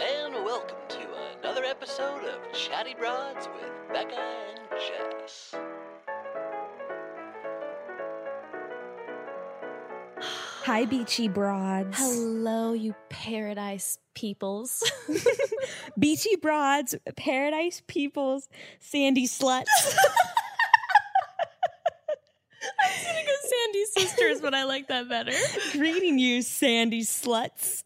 And welcome to another episode of Chatty Broads with Becca and Jess. Hi, beachy broads. Hello, you paradise peoples. Beachy broads, paradise peoples, sandy sluts. Sandy sisters, but I like that better. Greeting you, sandy sluts.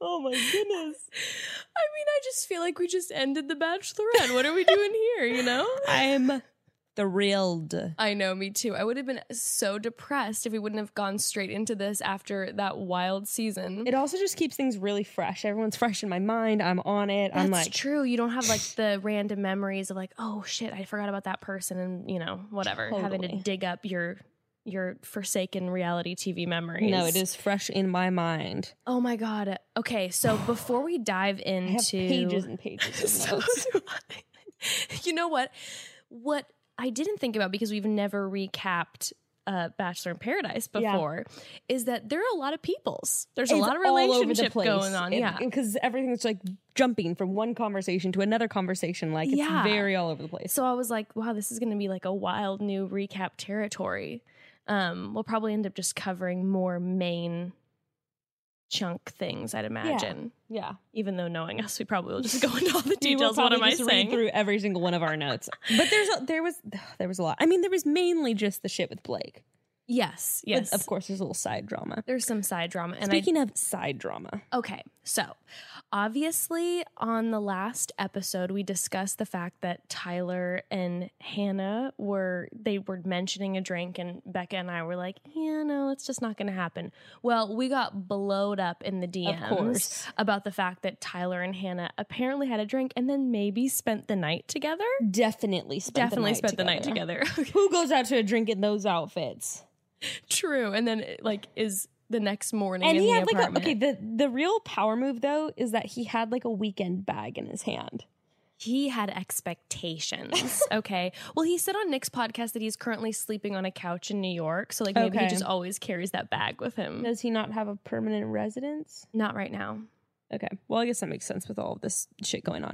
oh my goodness. I mean, I just feel like we just ended The Bachelorette. What are we doing here, you know? I'm thrilled. I know, me too. I would have been so depressed if we wouldn't have gone straight into this after that wild season. It also just keeps things really fresh. Everyone's fresh in my mind. I'm on it. That's I'm like, true. You don't have like the random memories of like, oh shit, I forgot about that person, and you know, whatever. Having to Totally. dig up your your forsaken reality TV memories. no, it is fresh in my mind. Oh my god. Okay, so before we dive I have into pages and pages of So notes. do I. you know what? What I didn't think about because we've never recapped uh, Bachelor in Paradise Yeah. before is that there are a lot of peoples. There's a It's lot of all over the relationship place. going on. It- yeah. Because everything's like jumping from one conversation to another conversation. Like it's Yeah. very all over the place. So I was like, wow, this is going to be like a wild new recap territory. Um, we'll probably end up just covering more main chunk things, I'd imagine. Yeah. Even though knowing us, we probably will just go into all the We were details. What am probably I just reading saying? Through every single one of our notes, but there's a, there was there was a lot. I mean, there was mainly just the shit with Blake. yes, But yes. of course, there's a little side drama. There's some side drama. And I Speaking of side drama, Okay, so obviously on the last episode we discussed the fact that Tyler and Hannah were they were mentioning a drink and Becca and I were like, "Yeah, no, it's just not going to happen." Well, we got blowed up in the DMs of course, about the fact that Tyler and Hannah apparently had a drink and then maybe spent the night together. definitely spent Definitely the night spent the night together. together. Who goes out to a drink in those outfits? True. And then like is the next morning And in he the had like a, apartment. okay. The the real power move though is that he had like a weekend bag in his hand. He had expectations. okay. Well, he said on Nick's podcast that he's currently sleeping on a couch in New York. So, like, maybe Okay. he just always carries that bag with him. Does he not have a permanent residence? Not right now. Okay. Well, I guess that makes sense with all of this shit going on.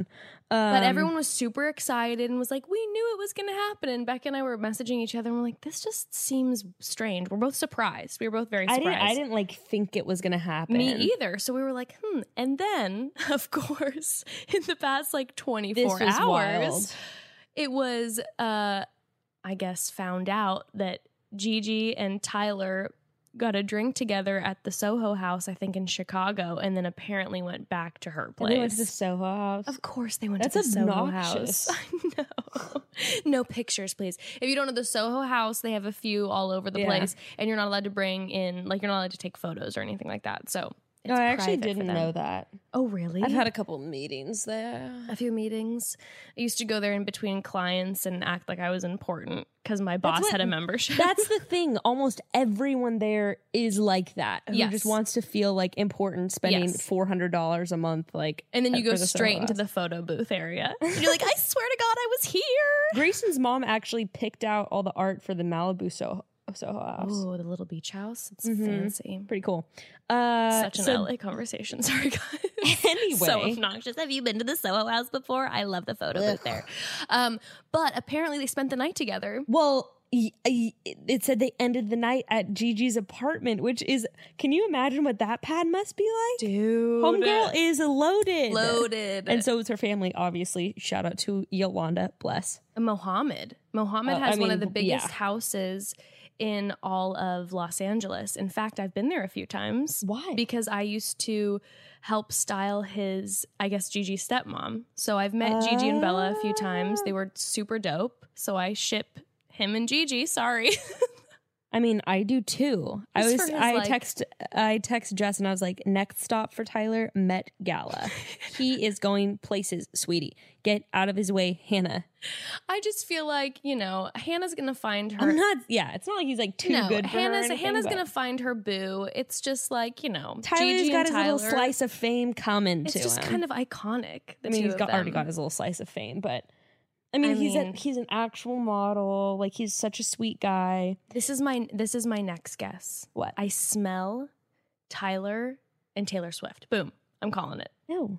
Um, But everyone was super excited and was like, we knew it was going to happen. And Beck and I were messaging each other and we're like, this just seems strange. We're both surprised. We were both very I surprised. didn't. I didn't like think it was gonna happen. Me either. So we were like, hmm. And then, of course, in the past like 24 This was hours, wild. it was uh i guess found out that gigi and tyler got a drink together at the soho house i think in chicago and then apparently went back to her And place they went to the Soho House. of course they went to That's the obnoxious. soho house i know no pictures please if you don't know the soho house they have a few all over the Yeah. place and you're not allowed to bring in like you're not allowed to take photos or anything like that so it's no, I actually private for didn't them. know that. oh really I've had a couple meetings there. a few meetings. I used to go there in between clients and act like I was important because my boss what- had a membership. That's the thing. Almost everyone there is like that. Who Yes. just wants to feel like important, spending Yes. four hundred dollars a month. Like, and then you for go the Soho straight into House. the photo booth area. And you're like, I swear to God, I was here. Grayson's mom actually picked out all the art for the Malibu Soho, Soho House. Oh, the little beach house. It's Mhm. fancy. Pretty cool. Uh, Such an so LA conversation. Sorry, guys. So Anyway, obnoxious. Have you been to the Soho House before? I love the photo Ugh. booth there. Um, but apparently they spent the night together. Well, y- y- it said they ended the night at Gigi's apartment, which is can you imagine what that pad must be like? Dude. Homegirl is loaded. loaded. And so is her family, obviously. Shout out to Yolanda. Bless. Mohammed. Mohammed Oh, has I one of the mean, biggest yeah. houses in all of Los Angeles. In fact, I've been there a few times Why? because I used to help style his, I guess, Gigi stepmom. So I've met Gigi and Bella a few times. They were super dope. So I ship him and Gigi. Sorry. I mean, I do too. I Just was for his, I like- text I text Jess and I was like, next stop for Tyler, Met Gala. he is going places, sweetie. Get out of his way, Hannah. I just feel like, you know, Hannah's going to find her. I'm not yeah, it's not like he's like too no, good for her or Hannah's, anything, Hannah's but- gonna find her boo. It's just like you know, Tyler's Gigi got and his Tyler. little slice of fame coming It's to just him. kind of iconic. the I mean, two he's of got, already them. got his little slice of fame, but I mean, he's a, mean- he's an actual model. Like he's such a sweet guy. This is my this is my next guess. What? I smell Tyler and Taylor Swift. Boom. I'm calling it. No,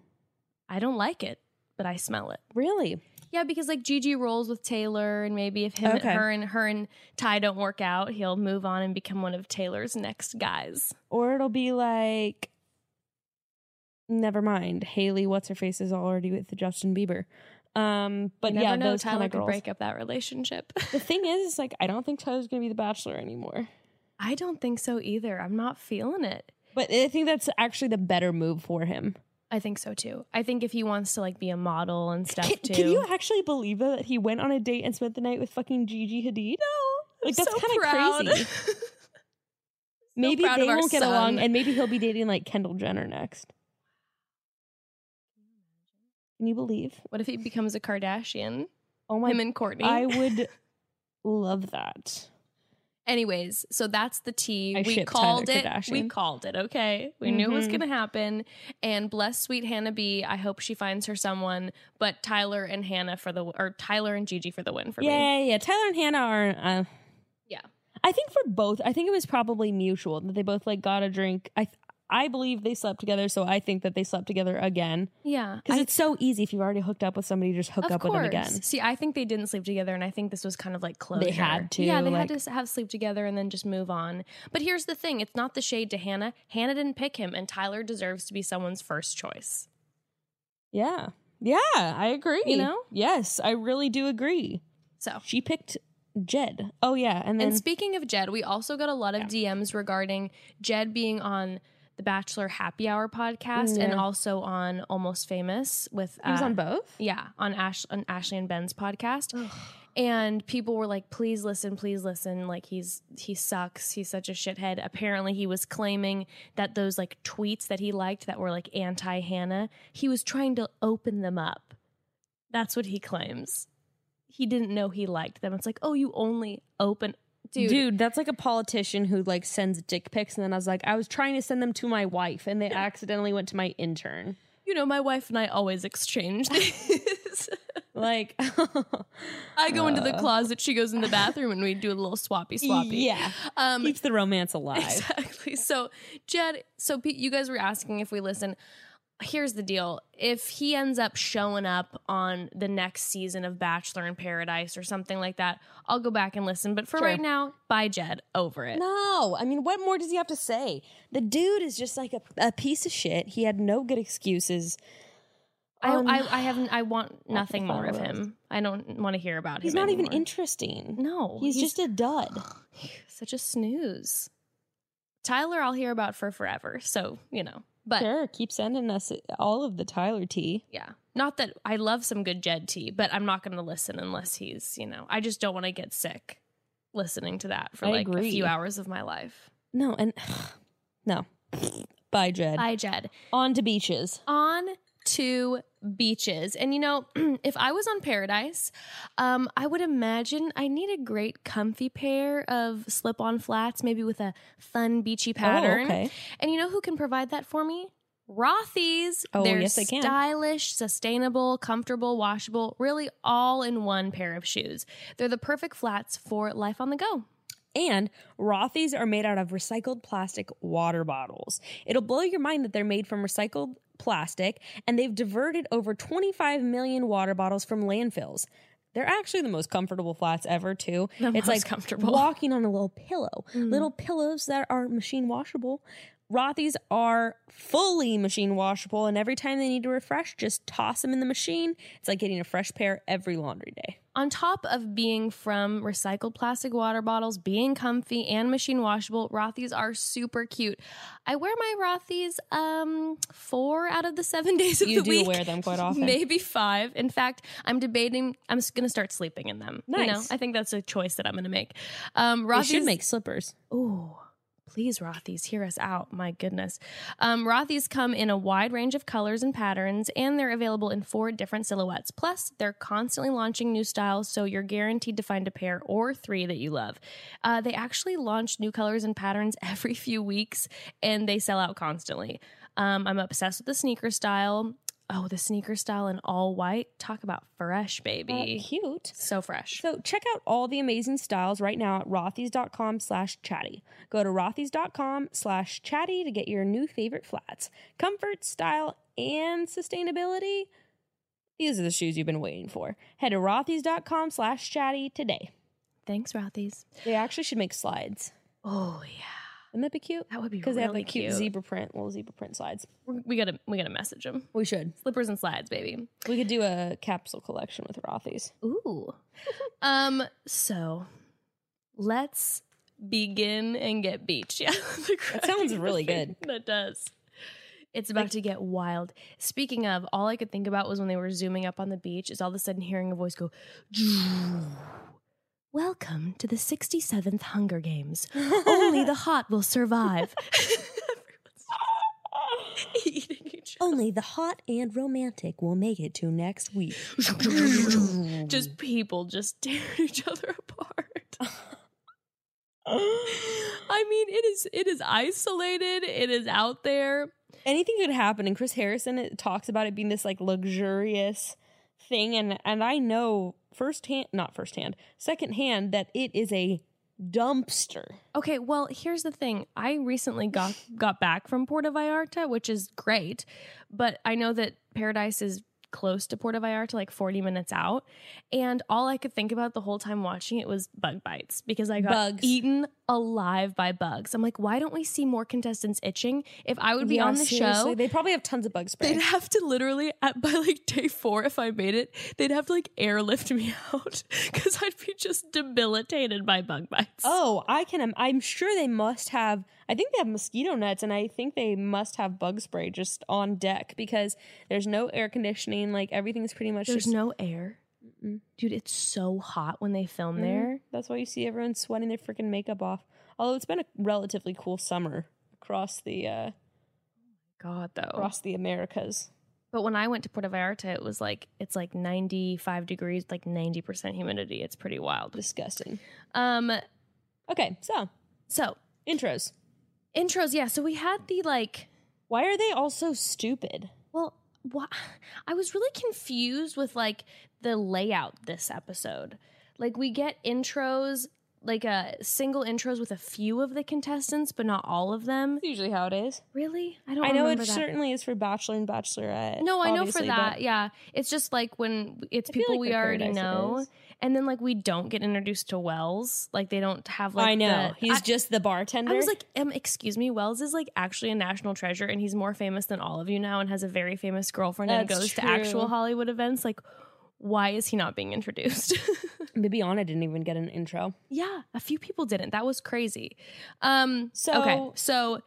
I don't like it, but I smell it. really. Yeah, because like Gigi rolls with Taylor, and maybe if him Okay. and her and her and Ty don't work out, he'll move on and become one of Taylor's next guys. Or it'll be like, never mind. Haley, what's her face, is already with Justin Bieber. Um, but You yeah, never know, those Tyler kind of could girls. break up that relationship. The thing is, is like I don't think Tyler's gonna be the Bachelor anymore. I don't think so either. I'm not feeling it. But I think that's actually the better move for him. I think so too. I think if he wants to like be a model and stuff Can, too. can you actually believe though, that he went on a date and spent the night with fucking Gigi Hadid? No, Like, that's kinda crazy. maybe proud they of our won't get along, son. and maybe he'll be dating like Kendall Jenner next. Can you believe? what if he becomes a Kardashian? Oh my! Him and Courtney. I would love that. Anyways, so that's the tea. I we ship called Tyler it. We Kardashian. called it. Okay, we knew it was Mhm. going to happen. And bless sweet Hannah B. I hope she finds her someone. But Tyler and Hannah for the or Tyler and Gigi for the win for me. yeah, yeah. Tyler and Hannah are. Uh, Yeah. I think for both, I think it was probably mutual that they both like got a drink. I th- I believe they slept together, so I think that they slept together again Yeah, because I- it's so easy if you've already hooked up with somebody, just hook of up course. with them again. See, I think they didn't sleep together, and I think this was kind of like closure. had to, Yeah, they like- had to s- have sleep together and then just move on. But here's the thing: it's not the shade to Hannah. Hannah didn't pick him, and Tyler deserves to be someone's first choice. Yeah, yeah, I agree. You know? yes, I really do agree. So She picked Jed. Oh yeah, and then And speaking of Jed, we also got a lot of DMs regarding Jed being on the Bachelor Happy Hour podcast and Mm, Yeah. also on Almost Famous with he was uh, on Oh. both. yeah on Ash on Ashley and Ben's podcast. And people were like, "Please listen, please listen." Like he's he sucks. He's such a shithead. Apparently, he was claiming that those like tweets that he liked that were like anti Hannah, he was trying to open them up. That's what he claims. He didn't know he liked them. It's like, oh, you only open, dude. Dude. that's like a politician who like sends dick pics, and then I was like, I was trying to send them to my wife, and they accidentally went to my intern. You know, my wife and I always exchange these. Like, I go into the Uh. closet, she goes in the bathroom, and we do a little swappy swappy. yeah, Um, keeps the romance alive. Exactly. So, Jed, so Pete, you guys were asking if we listen. Here's the deal. If he ends up showing up on the next season of Bachelor in Paradise or something like that, I'll go back and listen. But for Sure. right now, bye, Jed. Over it. No, I mean, what more does he have to say? The dude is just like a, a piece of shit. He had no good excuses. I, Um, I, I have I want nothing more of follow those. him. I don't want to hear about He's him. not even anymore. interesting. No, he's, just a dud. such a snooze. Tyler, I'll hear about for forever. So you know, but Sure, keep sending us all of the Tyler tea. Yeah. Not that I love some good Jed tea, but I'm not going to listen unless he's, you know, I just don't want to get sick listening to that for I like a agree. few hours of my life. No, and no. Bye, Jed. Bye, Jed. On to beaches. On to beaches. And, you know, if I was on paradise, um, I would imagine I need a great comfy pair of slip on flats, maybe with a fun beachy pattern. Oh, okay. And you know who can provide that for me? Rothy's. Oh, They're yes, they can. stylish, sustainable, comfortable, washable, really all in one pair of shoes. They're the perfect flats for life on the go. And Rothy's are made out of recycled plastic water bottles. It'll blow your mind that they're made from recycled plastic, and they've diverted over 25 million water bottles from landfills. They're actually the most comfortable flats ever, too. The it's most like comfortable. walking on a little pillow. Mhm. Little pillows that are machine washable. Rothy's are fully machine washable, and every time they need to refresh, just toss them in the machine. It's like getting a fresh pair every laundry day. On top of being from recycled plastic water bottles, being comfy and machine washable, Rothy's are super cute. I wear my Rothy's um four out of the seven days of You the do week. wear them quite often. Maybe five. In fact, I'm debating. I'm going to start sleeping in them. You know, Nice. I think that's a choice that I'm going to make. Um, They Rothy's should make slippers. Ooh, please, Rothy's, hear us out. My goodness. Um, Rothy's come in a wide range of colors and patterns, and they're available in four different silhouettes. Plus, they're constantly launching new styles, so you're guaranteed to find a pair or three that you love. Uh, they actually launch new colors and patterns every few weeks, and they sell out constantly. Um, I'm obsessed with the sneaker style. oh, the sneaker style in all white. Talk about fresh, baby. Uh, cute. so fresh. So check out all the amazing styles right now at rothys.com slash chatty. Go to rothys.com slash chatty to get your new favorite flats. Comfort, style, and sustainability. These are the shoes you've been waiting for. Head to rothys.com slash chatty today. Thanks, Rothy's. They actually should make slides. Oh yeah, Wouldn't that be cute? that would be Because really they have like cute, cute. zebra print, little zebra print slides. We- we gotta we gotta message him. We should. Slippers and slides, baby. We could do a capsule collection with Rothys. Ooh. um. So let's begin and get beach. Yeah, The That sounds really thing. That does. It's about to get wild. Speaking of, all I could think about was when they were zooming up on the beach, is all of a sudden hearing a voice go, Welcome to the 67th Hunger Games. Only the hot will survive. Everyone's eating each Only the hot and romantic will make it to next week. just people just tearing each other apart. I mean, it is it is isolated. It is out there. anything could happen and chris harrison it talks about it being this like luxurious thing and and i know firsthand not firsthand secondhand that it is a dumpster Okay, well, here's the thing. I recently got got back from Puerto Vallarta, which is great, but I know that Paradise is close to Puerto Vallarta, like 40 minutes out, and all I could think about the whole time watching it was bug bites because I got Bugs. eaten alive by bugs. I'm like, why don't we see more contestants itching? If I would be Yeah, on the seriously, show, they probably have tons of bug spray They'd have to literally at, by like day four, if I made it, they'd have to like airlift me out because I'd be just debilitated by bug bites. oh i can I'm, I'm sure they must have i think they have mosquito nets and i think they must have bug spray just on deck because there's no air conditioning like everything's pretty much there's just no air, Mm-mm. dude. It's so hot when they film Mhm. there. That's why you see everyone sweating their freaking makeup off. Although it's been a relatively cool summer across the uh, God, though. across the Americas. But when I went to Puerto Vallarta, it was like it's like 95 degrees, like 90 percent humidity. It's pretty wild. Disgusting. Um, Okay, so so intros. intros, yeah. So we had the like Why are they all so stupid? Well, wha- I was really confused with like the layout this episode. Like we get intros, like uh, single intros with a few of the contestants, but not all of them. That's usually how it is. Really, I don't. I know it remember that. certainly is for Bachelor and Bachelorette. No, I know for obviously, that. but Yeah, it's just like when it's I feel people like we with already Paradise it know, is. and then like we don't get introduced to Wells. Like they don't have like I know. the- He's I- just the bartender. I was like, um, excuse me, Wells is like actually a national treasure and he's more famous than all of you now and has a very famous girlfriend and That's goes to true. actual Hollywood events. Like, why is he not being introduced? Bibiana didn't even get an intro. yeah, a few people didn't. That was crazy. Um, So- okay, so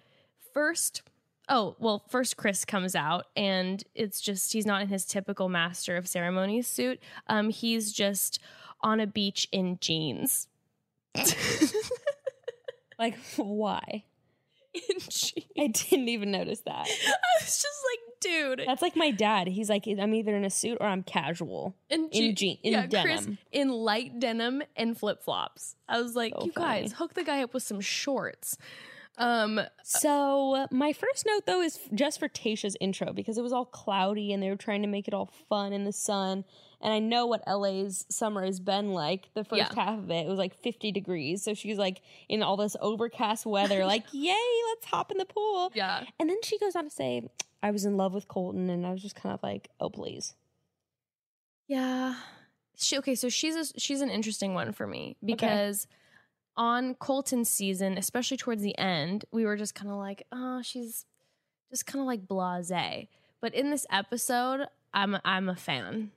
first, oh, well, first Chris comes out and it's just, he's not in his typical master of ceremonies suit. Um, he's just on a beach in jeans. Like, why? in jeans. I didn't even notice that. I was just like, dude. That's like my dad. He's like, I'm either in a suit or I'm casual. in, in je- je- in denim. in light denim and flip flops. I was like, So you guys, hook the guy up with some shorts. Um, So my first note though is just for Tasha's intro because it was all cloudy and they were trying to make it all fun in the sun. And I know what LA's summer has been like. The first Yeah. half of it, it was like 50 degrees. So she's like in all this overcast weather, like, yay, let's hop in the pool. yeah, And then she goes on to say, I was in love with Colton. And I was just kind of like, oh, please. yeah. She okay, so she's a, she's an interesting one for me because on Colton's season, especially towards the end, we were just kind of like, oh, she's just kind of like blasé. But in this episode, I'm I'm a fan.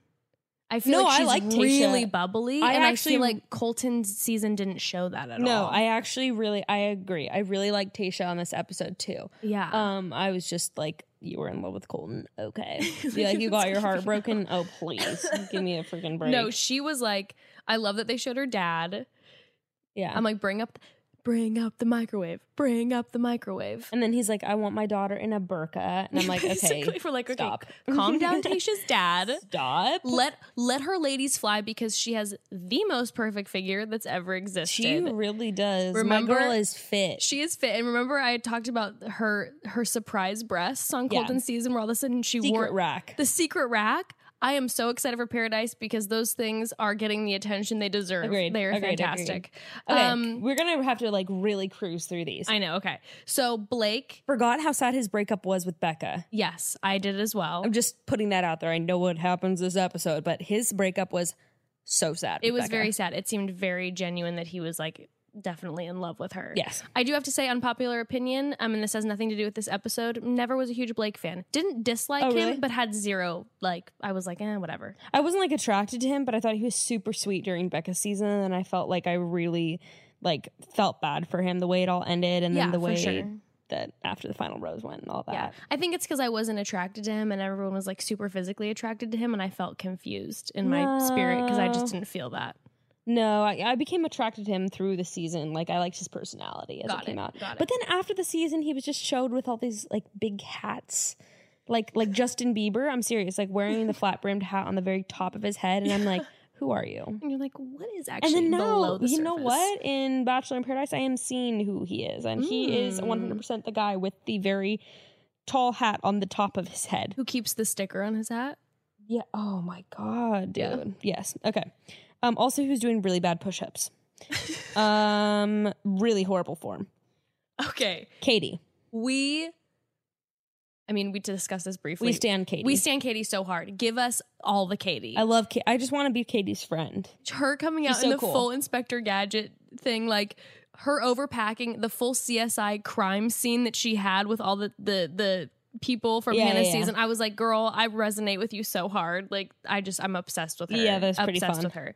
I feel No, like I she's like Tayshia. really bubbly, I and actually- I feel like Colton's season didn't show that at No, all. I actually really, I agree. I really like Tasha on this episode too. yeah. Um, I was just like, you were in love with Colton. Okay. Be like, you got your heart broken. Oh, please. Give me a freaking break. No, she was like, I love that they showed her dad. yeah. I'm like, bring up, bring up the microwave, bring up the microwave. And then he's like, I want my daughter in a burqa. And I'm like, okay, Basically, we're like, okay, stop. calm down, Tasha's dad. stop. Let let her ladies fly because she has the most perfect figure that's ever existed. She really does. Remember- my girl is fit. She is fit. And remember I had talked about her her surprise breasts on Cold Yeah. and Season where all of a sudden she Secret wore rack. the secret rack. I am so excited for Paradise because those things are getting the attention they deserve. Agreed, They are agreed, agreed. fantastic. Okay, Um we're gonna have to like really cruise through these. I I know, okay. So Blake, forgot how sad his breakup was with Becca. yes, I did as well. I'm just putting that out there. I know what happens this episode, but his breakup was so sad. It with was Becca. very sad. It seemed very genuine that he was like definitely in love with her. yes. I do have to say, unpopular opinion, um, and this has nothing to do with this episode. Never was a huge Blake fan. Didn't dislike Oh, him, really? but had zero. Like I was like, eh, whatever. I wasn't like attracted to him, but I thought he was super sweet during Becca's season, and I felt like I really like felt bad for him the way it all ended, and yeah, then the for way sure. that after the final rose went and all that. Yeah, I think it's because I wasn't attracted to him, and everyone was like super physically attracted to him, and I felt confused in my spirit because I No. just didn't feel that. No, I, I became attracted to him through the season. Like I liked his personality as Got it came it, out. got it. But then after the season, he was just showed with all these like big hats, like like Justin Bieber. I'm serious, like wearing the flat brimmed hat on the very top of his head, and I'm like, who are you? And you're like, what is And actually then below now, the you know surface? what? In Bachelor in Paradise, I am seeing who he is, and he is Mm. 100 percent the guy with the very tall hat on the top of his head. Who keeps the sticker on his hat? Yeah. Oh my god, dude. Yeah. Yes. Okay. Um. Also, who's doing really bad push-ups? um. Really horrible form. Okay, Katie. we. I mean, we discussed this briefly. We stand Katie. We stand Katie so hard. Give us all the Katie. I love. Ka- I just want to be Katie's friend. her coming out She's in so the cool. full Inspector Gadget thing, like her overpacking the full CSI crime scene that she had with all the the the people from Yeah, Hannah's yeah, yeah. season. I was like, girl, I resonate with you so hard. Like, I just I'm obsessed with her. Yeah, that's pretty obsessed fun. with her.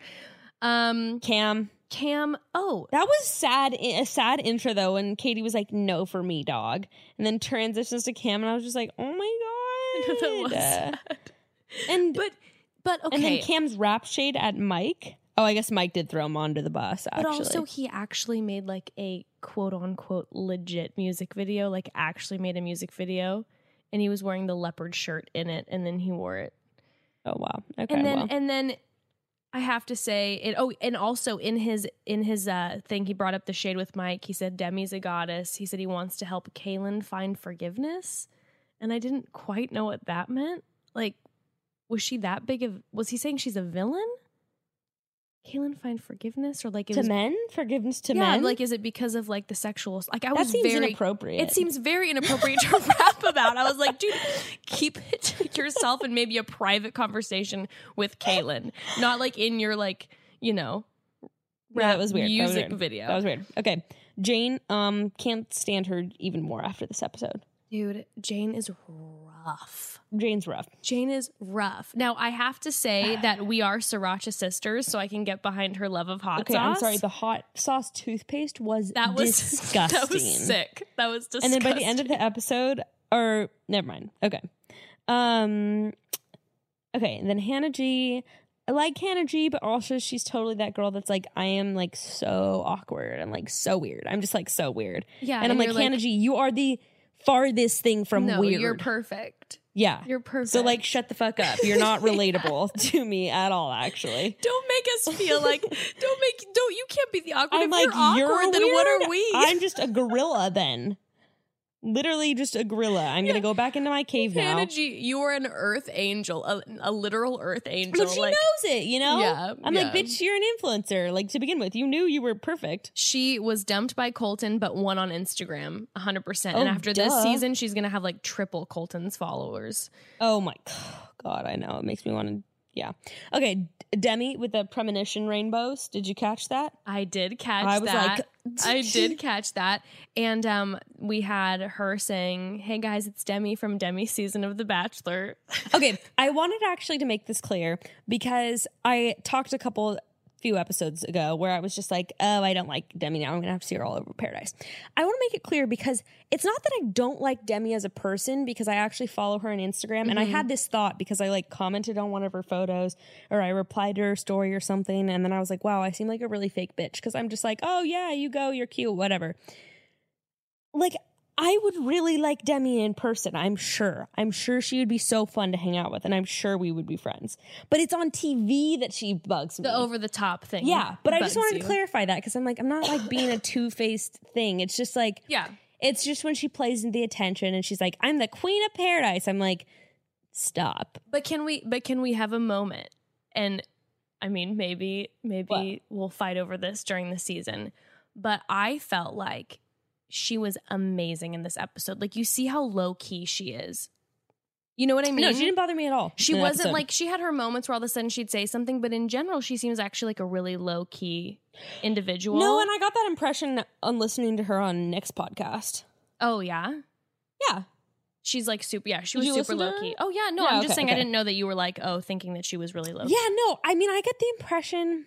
Um, Cam. Cam. Oh, That was sad. A sad intro though, and Katie was like, "No for me, dog," and then transitions to Cam, and I was just like, "Oh my god." that was sad. and But but okay. and then Cam's rap shade at Mike. Oh, I guess Mike did throw him onto the bus. Actually, but also he actually made like a quote unquote legit music video, like actually made a music video. And he was wearing the leopard shirt in it, and then he wore it oh wow. Okay, and then well. and then I have to say it. Oh, and also in his in his uh, thing, he brought up the shade with Mike. He said Demi's a goddess. He said he wants to help Kaylin find forgiveness, and I didn't quite know what that meant. Like, was she that big of? Was he saying she's a villain? Kaylin find forgiveness, or like it to was, men, forgiveness to yeah, men. like is it because of like the sexual? Like I that was seems very inappropriate. it seems very inappropriate to rap about. I was like, dude, keep it to yourself and maybe a private conversation with Caitlyn, not like in your like, you know, No, that was weird. That was music weird. video. that was weird. Okay, Jane. Um, can't stand her even more after this episode. dude, Jane is rough. Jane's rough. Jane is rough. Now I have to say that we are Sriracha sisters, so I can get behind her love of hot Okay, I'm sauce. sorry. The hot sauce toothpaste was that was disgusting. That was sick. That was And disgusting. then by the end of the episode, or never mind. Okay, um, okay. And then Hannah G. I like Hannah G, but also she's totally that girl that's like, I am like so awkward. I'm like so weird. I'm just like so weird. yeah, and I'm like, you're Hannah G, you are the farthest thing from no, weird. You're perfect. yeah. You're perfect. So like shut the fuck up. You're not relatable to me at all, actually. Don't make us feel like don't make don't you can't be the awkward. I'm if like, you're awkward, you're, then what weird? are we? I'm just a gorilla then. Literally just a gorilla. I'm gonna go back into my cave now. Hannah G, you are an earth angel, a, a literal earth angel. but she like, knows it, you know? Yeah, I'm like, yeah. bitch, you're an influencer. Like to begin with, you knew you were perfect. She was dumped by Colton, but won on Instagram 100%. and Oh, after this duh. season, she's going to have like triple Colton's followers. Oh my god, I know. It makes me want to yeah. Okay, D- Demi with the premonition rainbows. Did you catch that? I did catch I was that. like I did catch that. And um, we had her saying, Hey guys, it's Demi from Demi season of The Bachelor. Okay, I wanted actually to make this clear because I talked a couple few episodes ago where I was just like, oh, I don't like Demi now. I'm going to have to see her all over paradise. I want to make it clear because it's not that I don't like Demi as a person because I actually follow her on Instagram. And I had this thought because I like commented on one of her photos or I replied to her story or something. And then I was like, wow, I seem like a really fake bitch because I'm just like, oh, yeah, you go, you're cute, whatever like I would really like Demi in person, I'm sure. I'm sure she would be so fun to hang out with, and I'm sure we would be friends. But it's on TV that she bugs me. The over the top thing. Mm. yeah, but I just bugs wanted you. to clarify that because I'm like, I'm not like being a two faced thing. It's just like, Yeah. it's just when she plays into the attention and she's like, I'm the queen of paradise. I'm like, stop. But can we but can we have a moment? And I mean maybe maybe we'll fight over this during the season. But I felt like she was amazing in this episode. Like you see how low key she is. You know what I mean? no, she didn't bother me at all. She in that wasn't episode. like she had her moments where all of a sudden she'd say something, but in general she seems actually like a really low key individual. no, and I got that impression on listening to her on Nick's podcast. oh yeah. Yeah, She's like super. Yeah, she Did was you super listen to low her? key. Oh yeah, no, Yeah, I'm just okay, saying I okay. didn't know that you were like oh thinking that she was really low. Yeah, no, I mean, I get the impression.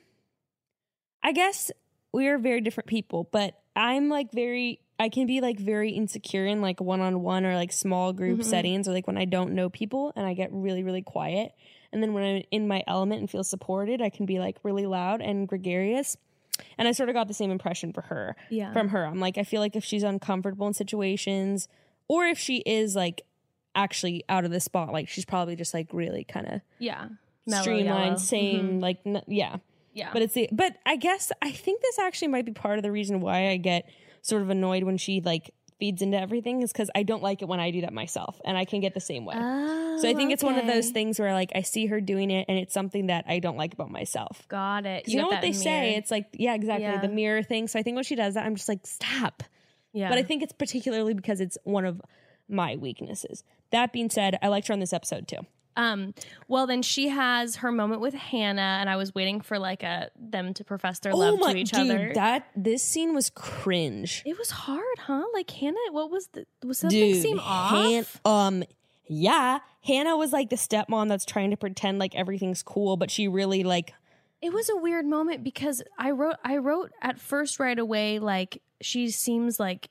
I guess we are very different people, but I'm like very. I can be like very insecure in like one on one or like small group Mhm. settings or like when I don't know people and I get really really quiet. And then when I'm in my element and feel supported, I can be like really loud and gregarious. And I sort of got the same impression for her yeah. from her. I'm like, I feel like if she's uncomfortable in situations, or if she is like actually out of the spot, like she's probably just like really kind of yeah. Mellow yellow. Mm-hmm. streamlined, same, like n- yeah. Yeah. But it's the but I guess I think this actually might be part of the reason why I get sort of annoyed when she like feeds into everything is because I don't like it when I do that myself, and I can get the same way. so I Oh, think it's one of those things where like I see her doing it, and it's something that I don't like about myself. Got it. 'Cause You, got know what that they in say? mirror. It's like yeah, exactly Yeah. the mirror thing. So I think when she does that, I'm just like stop. yeah. But I think it's particularly because it's one of my weaknesses. That being said, I liked her on this episode too. um. Well, then she has her moment with Hannah, and I was waiting for like a them to profess their love to each Oh dude, other. that this scene was cringe. it was hard, huh? Like Hannah, what was the was something Dude, seem off? Han- um, yeah, Hannah was like the stepmom that's trying to pretend like everything's cool, but she really like it was a weird moment because I wrote I wrote at first right away like she seems like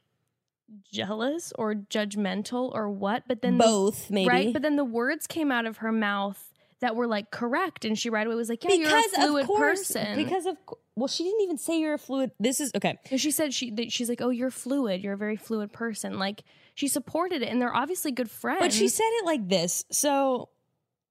jealous or judgmental or what, but then the- both maybe. right, but then the words came out of her mouth that were like correct, and she right away was like, "Yeah, because you're a fluid of course, person." because of cou- well, she didn't even say you're a fluid. This is okay. And she said she that she's like, "Oh, you're fluid. You're a very fluid person." Like she supported it, and they're obviously good friends. But she said it like this. So,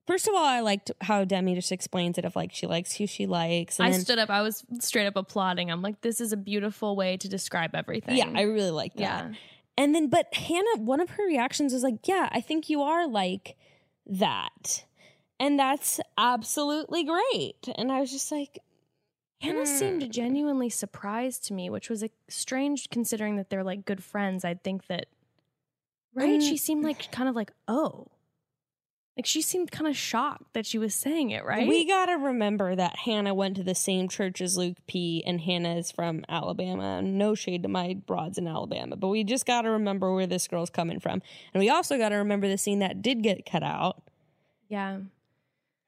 first of all, I liked how Demi just explains it of like she likes who she likes. And I then- stood up. I was straight up applauding. I'm like, "This is a beautiful way to describe everything." yeah, I really like that. yeah, And then, but Hannah, one of her reactions was like, Yeah, I think you are like that. And that's absolutely great. And I was just like, Hannah Mm. seemed genuinely surprised to me, which was like, strange considering that they're like good friends. I'd think that, Um, right? she seemed like kind of like, oh, like she seemed kind of shocked that she was saying it, right? We got to remember that Hannah went to the same church as Luke P, and Hannah is from Alabama. No shade to my broads in Alabama, but we just got to remember where this girl's coming from. And we also got to remember the scene that did get cut out. yeah,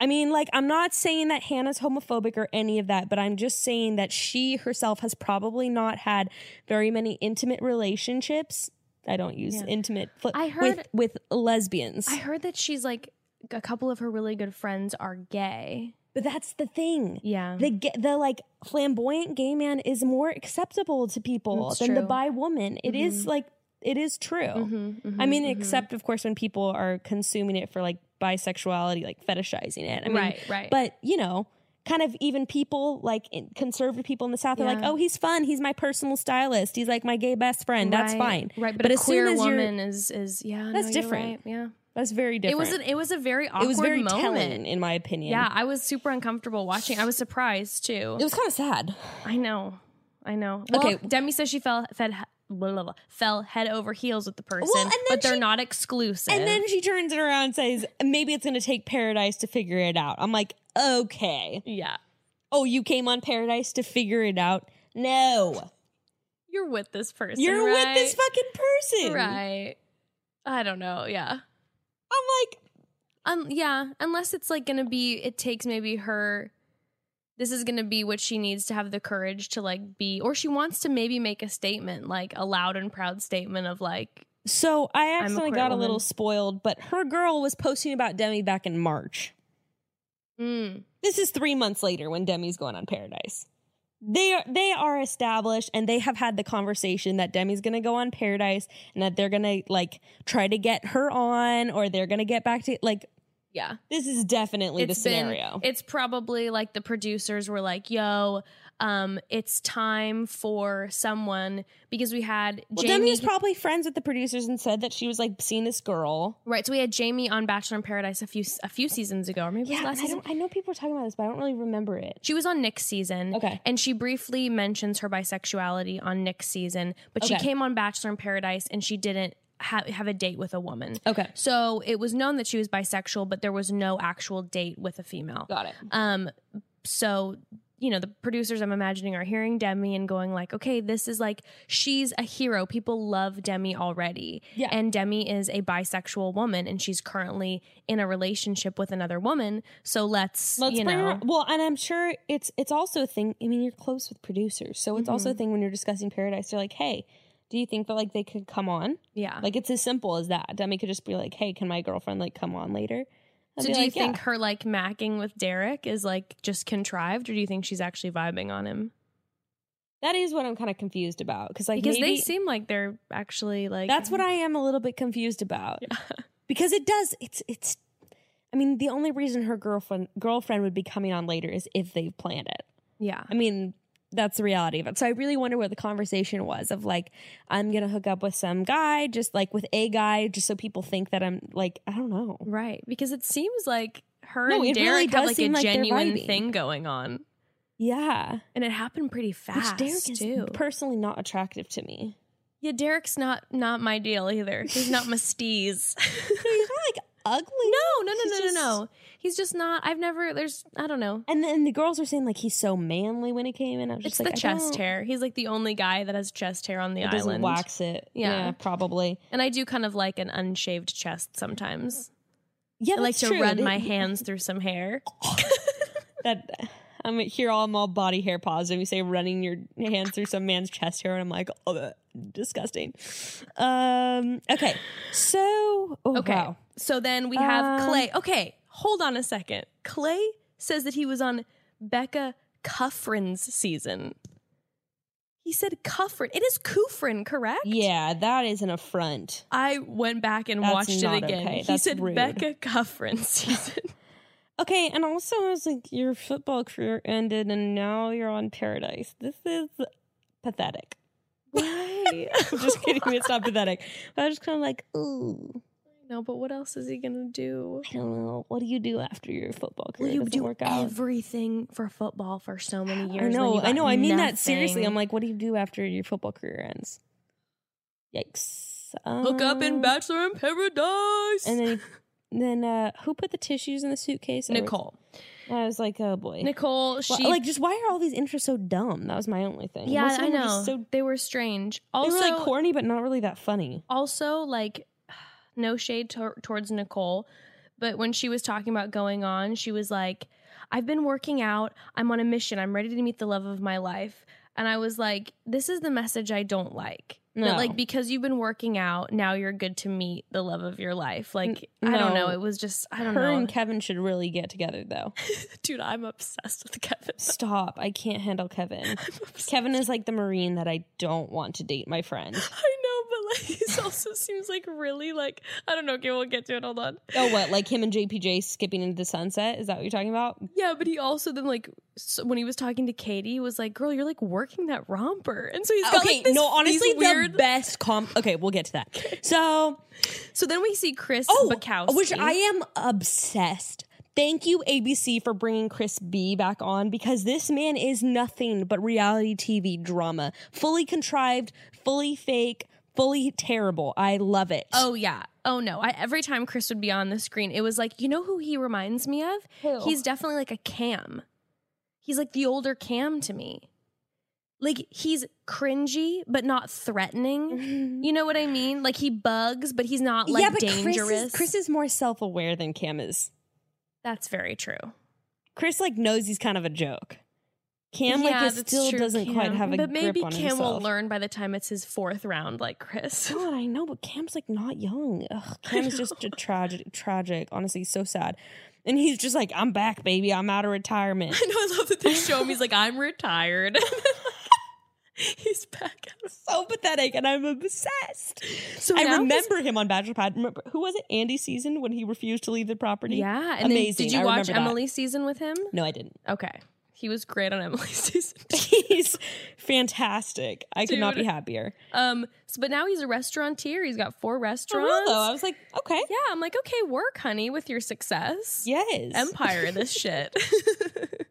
I mean, like, I'm not saying that Hannah's homophobic or any of that, but I'm just saying that she herself has probably not had very many intimate relationships. I don't use Yeah. intimate fl- I heard- with, with lesbians. I heard that she's like a couple of her really good friends are gay. but that's the thing. Yeah, The ga- the like flamboyant gay man is more acceptable to people That's than the true. bi woman. It is Mhm. like it is true. Mhm, mhm, I mean, mhm. except of course when people are consuming it for like bisexuality, like fetishizing it. I mean, mm-hmm. right, right, but you know kind of even people like in- conservative people in the south are like Yeah. oh he's fun he's my personal stylist he's like my gay best friend that's Right, fine right? But, But a as soon queer as you're- woman is is yeah, That's no, you're different. right, Yeah, that's very different it was an, it was a very awkward It was very moment. telling in my opinion Yeah, I was super uncomfortable watching. I was surprised too. it was kind of sad I know, I know. Okay. okay, Demi says she fell fed, blah, blah, blah, fell head over heels with the person, Well, and then but they're she- not exclusive. and then she turns it around and says maybe it's going to take paradise to figure it out i'm like okay yeah, oh you came on paradise to figure it out no you're with this person. you're right? with this fucking person right? I don't know. Yeah, i'm like um, yeah. Unless it's like gonna be, it takes maybe her this is going to be what she needs to have the courage to like be or she wants to maybe make a statement like a loud and proud statement of like So I a accidentally queer got a woman. little spoiled, but her girl was posting about Demi back in March. mm, This is three months later when Demi's going on Paradise. They are they are established and they have had the conversation that Demi's gonna go on Paradise and that they're gonna like try to get her on or they're gonna get back to like yeah this is definitely the It's been- scenario. it's probably like the producers were like yo um it's time for someone because we had well, Demi Jamie was probably friends with the producers and said that she was like seeing this girl. right so we had Jamie on Bachelor in Paradise a few a few seasons ago or maybe it was Yeah, last and I season don't. I know people were talking about this, but I don't really remember it. she was on Nick's season Okay, And she briefly mentions her bisexuality on Nick's season, but she Okay. came on Bachelor in Paradise and she didn't ha- have a date with a woman. okay, So it was known that she was bisexual, but there was no actual date with a female. got it. Um, so you know the producers I'm imagining are hearing Demi and going like, okay, this is like she's a hero. People love Demi already, Yeah. and Demi is a bisexual woman, and she's currently in a relationship with another woman. So let's, Let's you bring know, her, well, and I'm sure it's it's also a thing. I mean, you're close with producers, so it's also a Mm-hmm. thing when you're discussing Paradise. You're like, hey, do you think that like they could come on? yeah. Like it's as simple as that. Demi could just be like, hey, can my girlfriend like come on later? I'd So be do you like, yeah. think her like macking with Derek is like just contrived, or do you think she's actually vibing on him? that is what I'm kind of confused about? Because like Because maybe they seem like they're actually like that's what I am a little bit confused about. Because it does. It's it's. I mean, the only reason her girlfriend girlfriend would be coming on later is if they've planned it. yeah I mean, that's the reality of it. So I really wonder what the conversation was of like, I'm gonna hook up with some guy, just like with a guy, just so people think that I'm like, I don't know. right because it seems like her No, and it Derek really have does like seem a like they're genuine vibing. thing going on, Yeah, and it happened pretty fast which Derek is too. personally not attractive to me. yeah, Derek's not not my deal either. He's not Mustees. He's not like ugly. no, no, no, He's no, just- no, no. He's just not. I've never. There's. I don't know. And then the girls were saying like he's so manly when he came in. I was It's just like, the I chest don't- hair. He's like the only guy that has chest hair on the It doesn't island. wax it. Yeah. Yeah, probably. And I do kind of like an unshaved chest sometimes. Yeah, I like that's to true. run That- my hands through some hair. That I'm here, all I'm all body hair positive. You say running your hands through some man's chest hair, and I'm like, oh, that- disgusting. Um. Okay. So. oh, Okay. wow. So then we have Um, Clay. Okay, hold on a second. Clay says that he was on Becca Cuffrin's season. He said Cuffrin. It is Kufrin, correct? Yeah, that is an affront. I went back and That's watched it not again. okay. He That's said rude. Becca Cuffrin season. Okay, and also I was like, your football career ended, and now you're on Paradise. This is pathetic. Why? just kidding. It's not pathetic. But I was just kind of like, ooh, no, but what else is he gonna do? I don't know. What do you do after your football Well, career you doesn't do work out? everything for football for so many years. I when know, you I got know. I mean that seriously. nothing. I'm like, what do you do after your football career ends? Yikes! Hook up in Um, Bachelor in Paradise. And then, then uh, who put the tissues in the suitcase? I was- Nicole. I was like, oh boy, Nicole, she Well, like, just why are all these intros so dumb? That was my only thing. Yeah, Most of I them were know. just so they were strange. also Also they were, like corny, but not really that funny. also like no shade to- towards Nicole, but when she was talking about going on, she was like, "I've been working out. I'm on a mission. I'm ready to meet the love of my life." And I was like, "This is the message I don't like." No. That like because you've been working out, now you're good to meet the love of your life. Like I no. don't know. It was just I don't Her know. and Kevin should really get together, though. Dude, I'm obsessed with Kevin. Stop! I can't handle Kevin. I'm obsessed. Kevin is like the marine that I don't want to date. My friend. I know, but like he also seems like really like I don't know. Okay, we'll get to it. Hold on. Oh, what? Like him and JPJ skipping into the sunset? Is that what you're talking about? Yeah, but he also then like so when he was talking to Katie, he was like, "Girl, you're like working that romper," and so he's got okay, like this, no, honestly, these weird. the best comp. Okay, we'll get to that. So, so then we see Chris oh, Bukowski, which I am obsessed. Thank you, ABC, for bringing Chris B back on because this man is nothing but reality TV drama, fully contrived, fully fake, fully terrible. I love it. Oh yeah. Oh no. I, every time Chris would be on the screen, it was like, you know who he reminds me of? Who? He's definitely like a Cam. He's like the older Cam to me. Like he's cringy but not threatening. you know what I mean? Like he bugs, but he's not like yeah, but dangerous. Chris is, Chris is more self aware than Cam is. That's very true. Chris like knows he's kind of a joke. Cam Yeah, like it that's still true, doesn't quite Cam. have a But maybe grip on Cam himself. will learn by the time it's his fourth round, like Chris. God, I know, but Cam's like not young. Ugh, Cam is just a tragic, tragic. Honestly, so sad. And he's just like, I'm back, baby. I'm out of retirement. I know. I love that they show him. He's like, I'm retired. he's back. so pathetic, and I'm obsessed. So I now he's- remember him on Bachelor Pad. Remember, who was it? Andy season when he refused to leave the property. Yeah. And then Amazing, did you I watch remember that. Emily's season with him? No, I didn't. Okay. He was great on Emily's season. He's fantastic. I could not be Dude. happier. um, so, but now he's a restaurateur. He's got four For restaurants. real though, I was like, okay, yeah, I'm like, okay, work, honey, with your success. yes, Empire this shit. but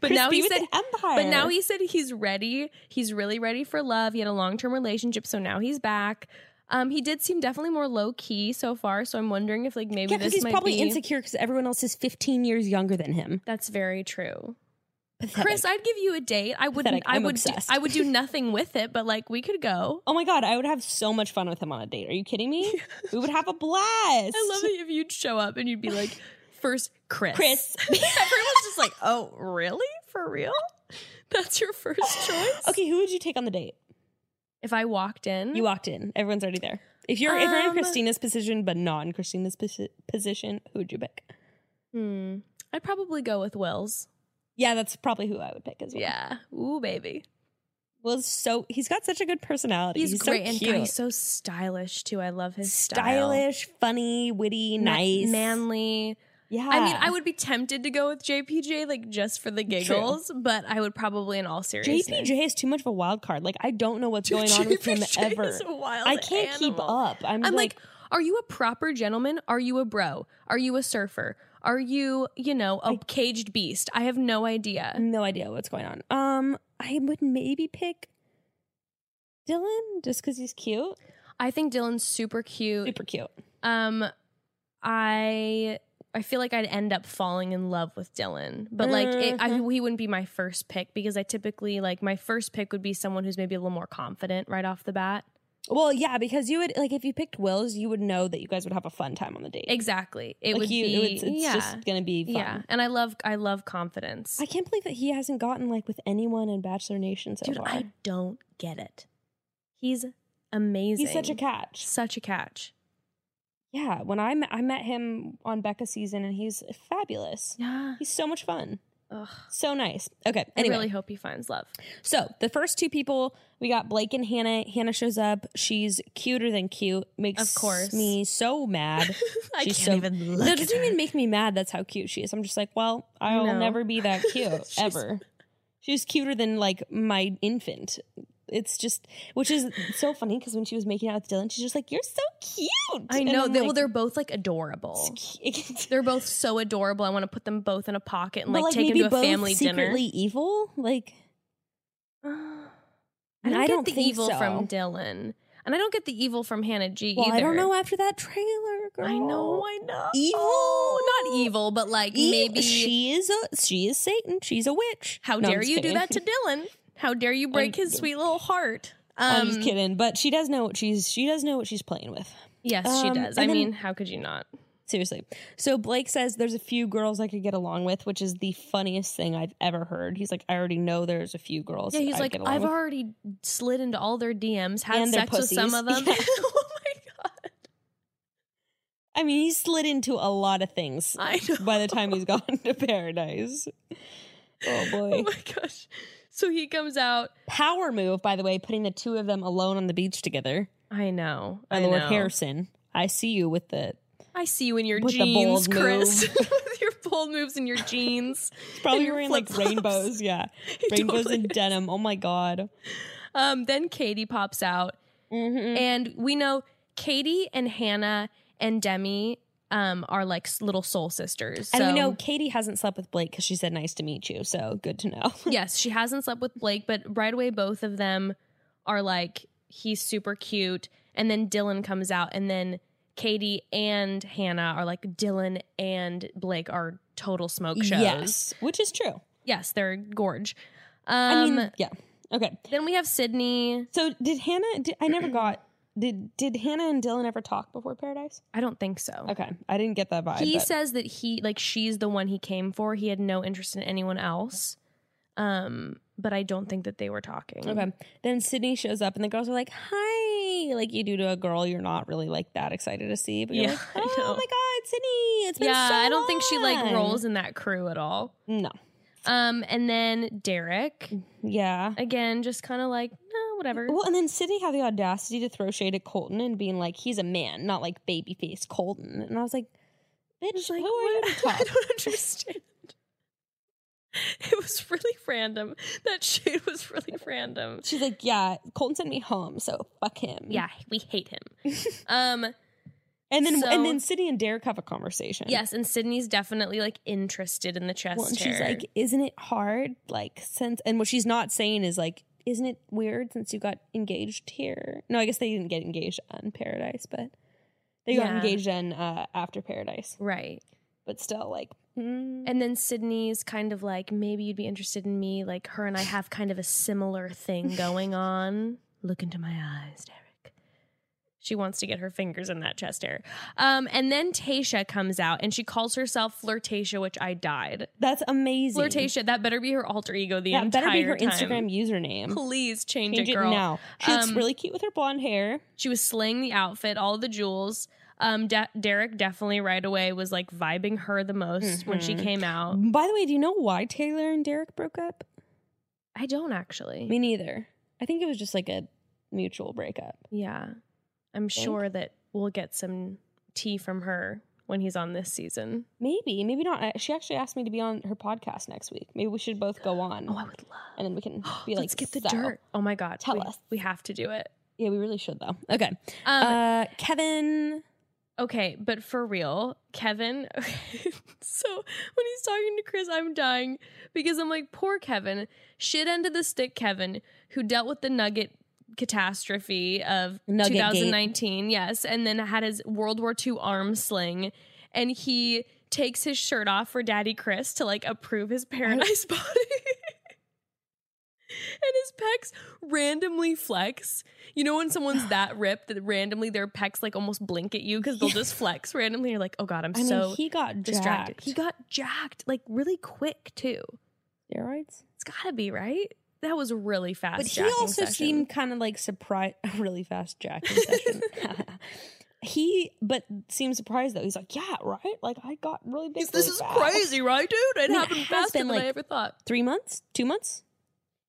Crispy now he with said the empire. But now he said he's ready. He's really ready for love. He had a long term relationship, so now he's back. Um, he did seem definitely more low key so far, so I'm wondering if like maybe yeah, because this he's might probably be. insecure because everyone else is 15 years younger than him. That's very true, Pathetic. Chris. I'd give you a date. I wouldn't. Pathetic. I I'm would. Do, obsessed. I would do nothing with it, but like we could go. Oh my god, I would have so much fun with him on a date. Are you kidding me? we would have a blast. I love it if you'd show up and you'd be like, first Chris. Chris. Everyone's just like, oh, really? For real? That's your first choice. okay, who would you take on the date? If I walked in, You walked in. Everyone's already there. If you're if you're in Mm. Um, Christina's position, but not in Christina's posi- position, who would you pick? hmm, I'd probably go with Will's. Yeah, that's probably who I would pick as well. Yeah. Ooh, baby. Well, so he's got such a good personality. He's, so great and cute. God, he's so stylish too. I love his style. stylish, funny, witty, Ma- nice, manly. Yeah, I mean, I would be tempted to go with JPJ like just for the giggles, but I would probably in all seriousness. JPJ is too much of a wild card. Like I don't know what's going on with him JPJ ever. is a wild I can't keep animal. up. I'm, I'm like, like are you a proper gentleman? Are you a bro? Are you a surfer? Are you, you know, a caged beast? I have no idea. no idea what's going on. Um, I would maybe pick Dylan just because he's cute, I think Dylan's super cute. super cute. Um, I I feel like I'd end up falling in love with Dylan, but like it, I, he wouldn't be my first pick because I typically like my first pick would be someone who's maybe a little more confident right off the bat. Well, yeah, because you would like if you picked Will's, you would know that you guys would have a fun time on the date. Exactly, it Like would you, be it's, it's yeah, just gonna be fun. yeah. And I love I love confidence. I can't believe that he hasn't gotten like with anyone in Bachelor Nation so Dude, far. I don't get it. He's amazing. he's such a catch. Such a catch. Yeah, when I met, I met him on Becca season, and he's fabulous. Yeah. He's so much fun, Ugh. so nice. Okay, I anyway, really hope he finds love. so the first two people we got Blake and Hannah. Hannah shows up. She's cuter than cute. Makes Of course. me so mad. I She's can't so- even look. no, it doesn't even make me mad. That's how cute she is. I'm just like, well, I will No. never be that cute She's- ever. She's cuter than like my infant. It's just, which is so funny because when she was making out with Dylan, she's just like, "You're so cute." I And know. I'm They, like, "Oh." well, they're both like adorable. "It's cute." They're both so adorable. I want to put them both in a pocket and But, like, take them maybe to a both family dinner. secretly evil, like I don't I get don't the think evil so. from Dylan, and I don't get the evil from Hannah G. Well, either. I don't know after that trailer, girl. I know. I know. Oh, Evil. not evil, but like Evil. maybe. she is a she is Satan. She's a witch. how No, I'm dare just you do kidding. that to Dylan? How dare you break his sweet little heart? Um, I'm just kidding, but she does know what she's she does know what she's playing with. Yes, she Um, does. and I then- mean, how could you not? Seriously. So Blake says there's a few girls I could get along with, which is the funniest thing I've ever heard. He's like, I already know there's a few girls. Yeah, he's I'd like, get along I've with." already slid into all their DMs, had And their sex with some pussies. of them. Yeah. oh my god, I mean, he slid into a lot of things I know. by the time he's gone to paradise. Oh Oh boy. my gosh. So he comes out. Power move, by the way, putting the two of them alone on the beach together. I know. By I Lord know. Harrison. I see you with the I see you in your With the jeans, bold Chris. With your bold moves and your jeans. probably your wearing like flip-flops. rainbows, yeah. He Rainbows totally and is. denim. Oh my god. Um, then Katie pops out, Mhm. and we know Katie and Hannah and Demi um, are like s- little soul sisters. And we So- know Katie hasn't slept with Blake because she said nice to meet you. So good to know. yes, she hasn't slept with Blake, but right away both of them are like, he's super cute. And then Dylan comes out, and then Katie and Hannah are like, Dylan and Blake are total smoke shows. Yes, which is true. Yes, they're gorge. Um, I mean, yeah. Okay. then we have Sydney. So did Hannah? Did, I never got. Did did Hannah and Dylan ever talk before Paradise? I don't think so. Okay, I didn't get that vibe. He but- says that he like she's the one he came for. He had no interest in anyone else. Um, but I don't think that they were talking. Okay. Then Sydney shows up and the girls are like, Hi, like you do to a girl you're not really like that excited to see. But you're Yeah, like, I Oh know. my God, Sydney, it's been Yeah, so I don't think she like long." rolls in that crew at all. No. Um, and then Derek Yeah. again, just kind of like, no, whatever. Well, and then Sydney had the audacity to throw shade at Colton and being like, he's a man, not like babyface Colton. And I was like, bitch, It's like, who are you to what? talk? I don't understand. It was really random. That shade was really random. She's like, yeah, Colton sent me home, so fuck him. Yeah, we hate him. um, And then So- and then Sydney and Derek have a conversation. yes, and Sydney's definitely like interested in the chest Well, and she's hair. like, isn't it hard? Like, since, and what she's not saying is, like, isn't it weird since you got engaged here? No, I guess they didn't get engaged on Paradise, but they got Yeah. engaged on uh, After Paradise. right. But still, like, mm, And then Sydney's kind of like, maybe you'd be interested in me. Like her and I have kind of a similar thing going on. Look into my eyes, Derek. She wants to get her fingers in that chest hair. Um, and then Tasha comes out and she calls herself Flirtatia, which I died. that's amazing. Flirtatia, that better be her alter ego the That entire better be her time. Instagram username. Please change, Change it, it girl. now. She looks Um, really cute with her blonde hair. She was slaying the outfit, all the jewels. Um, De- Derek definitely right away was like vibing her the most when she Mhm. came out. By the way, do you know why Taylor and Derek broke up? I don't actually. Me neither. I think it was just like a mutual breakup. yeah, I'm Think. sure that we'll get some tea from her when he's on this season. Maybe, maybe not. I- She actually asked me to be on her podcast next week. Maybe we should both go on, Oh, I would love. and then we can be like, Let's get the "So." dirt. Oh my god, Tell we, us. We have to do it. Yeah, we really should though. Okay, Um, uh, Kevin. Okay, but for real, Kevin. so when he's talking to Chris, I'm dying because I'm like, poor Kevin, shit end of the stick, Kevin, who dealt with the Nugget catastrophe of Nugget 2019. Yes, and then had his World War II arm sling, and he takes his shirt off for Daddy Chris to like approve his paradise body. And his pecs randomly flex. You know when someone's that ripped that randomly their pecs like almost blink at you because they'll Yeah. just flex randomly. You're like, oh god, I'm I mean, so he got distracted. jacked. He got jacked like really quick too. steroids, It's gotta be right. That was really fast. but he jacking also session. seemed kind of like surprised. Really fast jacking session. he, but seemed surprised though. He's like, "Yeah, right. Like I got really big. He's- This really is fast." crazy, right, dude? mean, It it happened has faster been, than I like, ever thought. Three months, two months.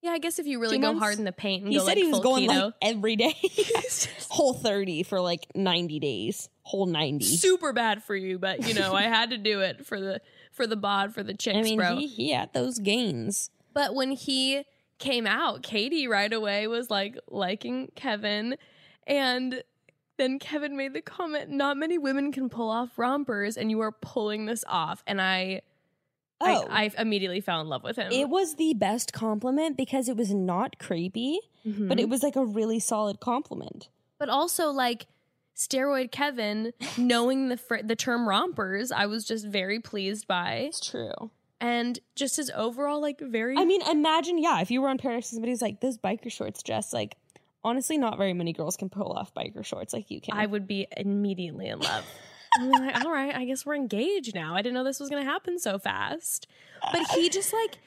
Yeah, I guess if you really two go months? hard in the paint and He go said like he was full going keto, like every day. it's just whole 30 for like 90 days whole 90 super bad for you. But you know, I had to do it for the for the bod for the chicks, i mean bro. he, he had those gains But when he came out, Katie right away was like liking Kevin. And then Kevin made the comment, not many women can pull off rompers, and you are pulling this off. And I oh I, I immediately fell in love with him. it was the best compliment because it was not creepy Mhm. but it was like a really solid compliment but also like steroid Kevin knowing the fr- the term rompers, I was just very pleased by, it's true and just his overall like very. i mean imagine yeah if you were on paradise and somebody's like those biker shorts dress like honestly not very many girls can pull off biker shorts like you can I would be immediately in love. I'm like, all right, I guess we're engaged now. I didn't know this was going to happen so fast. But he just like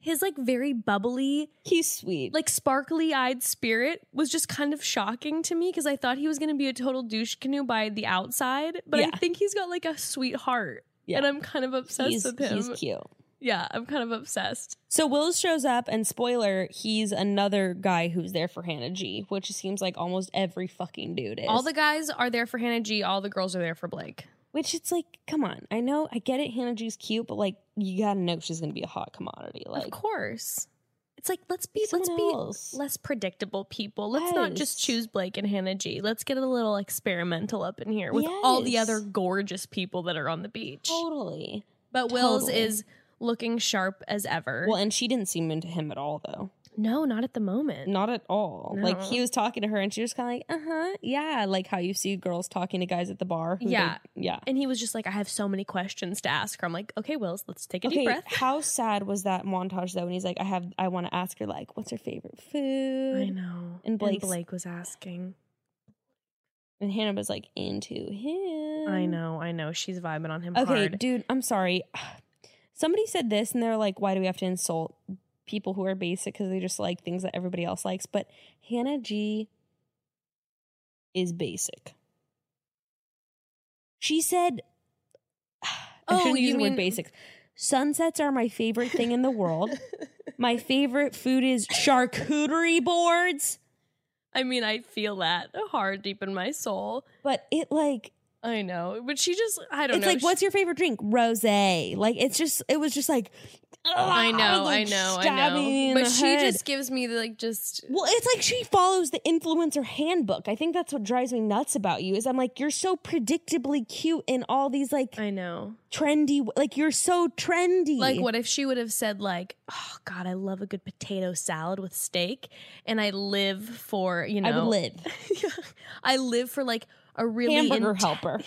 his like very bubbly, he's sweet like sparkly eyed spirit was just kind of shocking to me because I thought he was going to be a total douche canoe by the outside. But Yeah. I think he's got like a sweetheart, Yeah. and I'm kind of obsessed he's, with him. he's cute Yeah, I'm kind of obsessed. So Wills shows up, and spoiler, he's another guy who's there for Hannah G, which seems like almost every fucking dude is. All the guys are there for Hannah G. All the girls are there for Blake. which it's like, come on, I know, I get it, Hannah G's cute, but like, you gotta know she's gonna be a hot commodity. of Like, course. It's like let's be someone let's be else. less predictable people. Let's not just Yes. choose Blake and Hannah G. Let's get a little experimental up in here with all the Yes. other gorgeous people that are on the beach. totally. but Wills totally. is looking sharp as ever. Well, and she didn't seem into him at all, though. no, not at the moment. Not at all. Like No. he was talking to her, and she was kind of like, uh huh, yeah, like how you see girls talking to guys at the bar. who they- Yeah. yeah. And he was just like, I have so many questions to ask her. I'm like, okay, Wills, let's take a deep breath. how sad was that montage though? When he's like, I have, I want to ask her, like, what's her favorite food? I know. And Blake's- Blake was asking. And Hannah was like into him. I know, I know. She's vibing on him Mm. Okay, hard. dude, I'm sorry. Somebody said this and they're like, why do we have to insult people who are basic because they just like things that everybody else likes. But Hannah G is basic. She said, I Oh, shouldn't you use the word mean- basics. Sunsets are my favorite thing in the world. my favorite food is charcuterie boards. I mean, I feel that hard deep in my soul. But it like I know, but she just I don't it's know. like She- what's your favorite drink? Rosé. Like it's just it was just like Oh, I ah, know, like, I know, I stabbed me know. in But the she head. just gives me the, like just Well, it's like she follows the influencer handbook. I think that's what drives me nuts about you is I'm like you're so predictably cute in all these like I know. trendy like you're so trendy. Like what if she would have said like, "Oh god, I love a good potato salad with steak and I live for, you know, I would live. I live for like a really hamburger int- helper.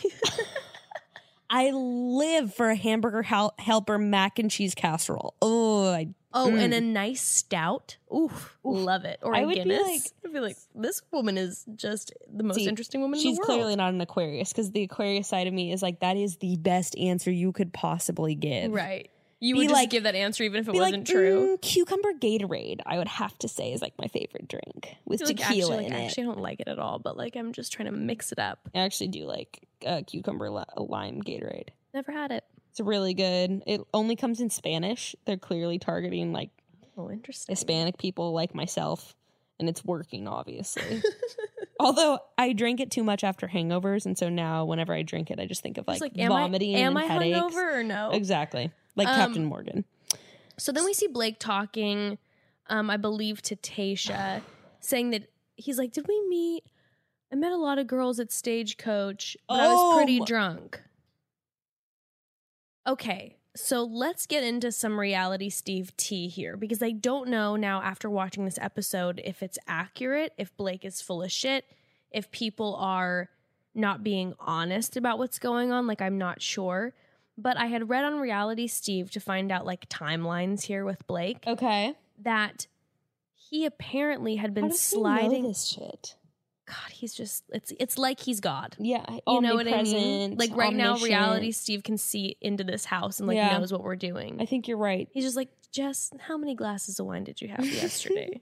I live for a hamburger hel- helper mac and cheese casserole. Oh, I Oh, Mm. and a nice stout. Oof, love it. Or I a would be Guinness. like- I'd be like, this woman is just the most See, interesting woman in She's the world. clearly not an Aquarius because the Aquarius side of me is like that is the best answer you could possibly give. right. You Be would like- just give that answer even if it Be wasn't like true. "Mm, cucumber Gatorade. I would have to say is like my favorite drink with Like, tequila actually, like, in actually, I don't like it at all, but like, I'm just trying to mix it up. it. I actually do like uh, cucumber li- lime Gatorade. Never had it. It's really good. It only comes in Spanish. They're clearly targeting like Oh, interesting. Hispanic people like myself, and it's working obviously. Although I drank it too much after hangovers, and so now whenever I drink it, I just think of like, It's am vomiting I, am and I headaches. hungover or no? Exactly. Like Oh. Um, Captain Morgan. So then we see Blake talking, um, I believe, to Tasha, saying that he's like, Did we meet? I met a lot of girls at Stagecoach, but I was pretty Oh. drunk. Okay, so let's get into some reality Steve T here because I don't know now after watching this episode if it's accurate, if Blake is full of shit, if people are not being honest about what's going on. Like, I'm not sure. But I had read on Reality Steve to find out like timelines here with Blake Okay. that he apparently had been sliding. this shit. God, he's just it's it's like he's God. Yeah. You know what I mean? Like right now, Reality Steve can see into this house and like Yeah. knows what we're doing. I think you're right. he's just like, Jess, how many glasses of wine did you have yesterday?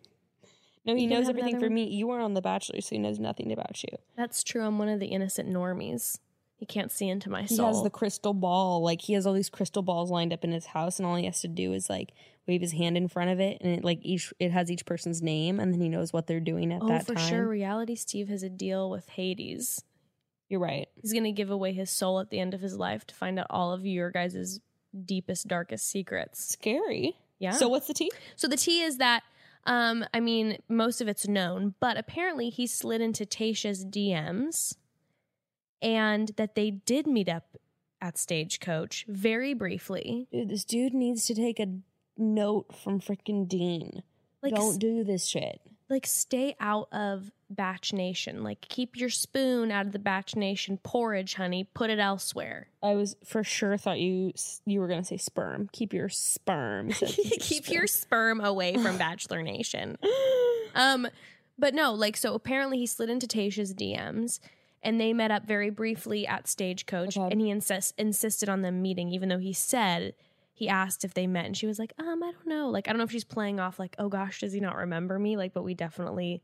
No, he You can knows have everything another for one. me. You were on The Bachelor, so he knows nothing about you. That's true. I'm one of the innocent normies. He can't see into my He soul. has the crystal ball. Like he has all these crystal balls lined up in his house, and all he has to do is like wave his hand in front of it, and it like each it has each person's name, and then he knows what they're doing at oh, that for time. sure. Reality Steve has a deal with Hades. You're right. He's going to give away his soul at the end of his life to find out all of your guys' deepest, darkest secrets. Scary. Yeah. So what's the tea? so the tea is that, um, I mean, most of it's known, but apparently he slid into Tasha's DMs and that they did meet up at Stagecoach very briefly. Dude, this dude needs to take a note from freaking Dean. Like, Don't do this shit. like stay out of Batch Nation. Like, keep your spoon out of the Batch Nation porridge, honey. Put it elsewhere. I was for sure thought you you were gonna say sperm. Keep your sperm. You said keep your sperm away from Bachelor Nation. sperm. Um, but no, like so apparently he slid into Tasha's DMs and they met up very briefly at Stagecoach Okay. and he insist- insisted on them meeting, even though he said he asked if they met and she was like, um, I don't know. Like, I don't know if she's playing off like, oh gosh, does he not remember me? Like, but we definitely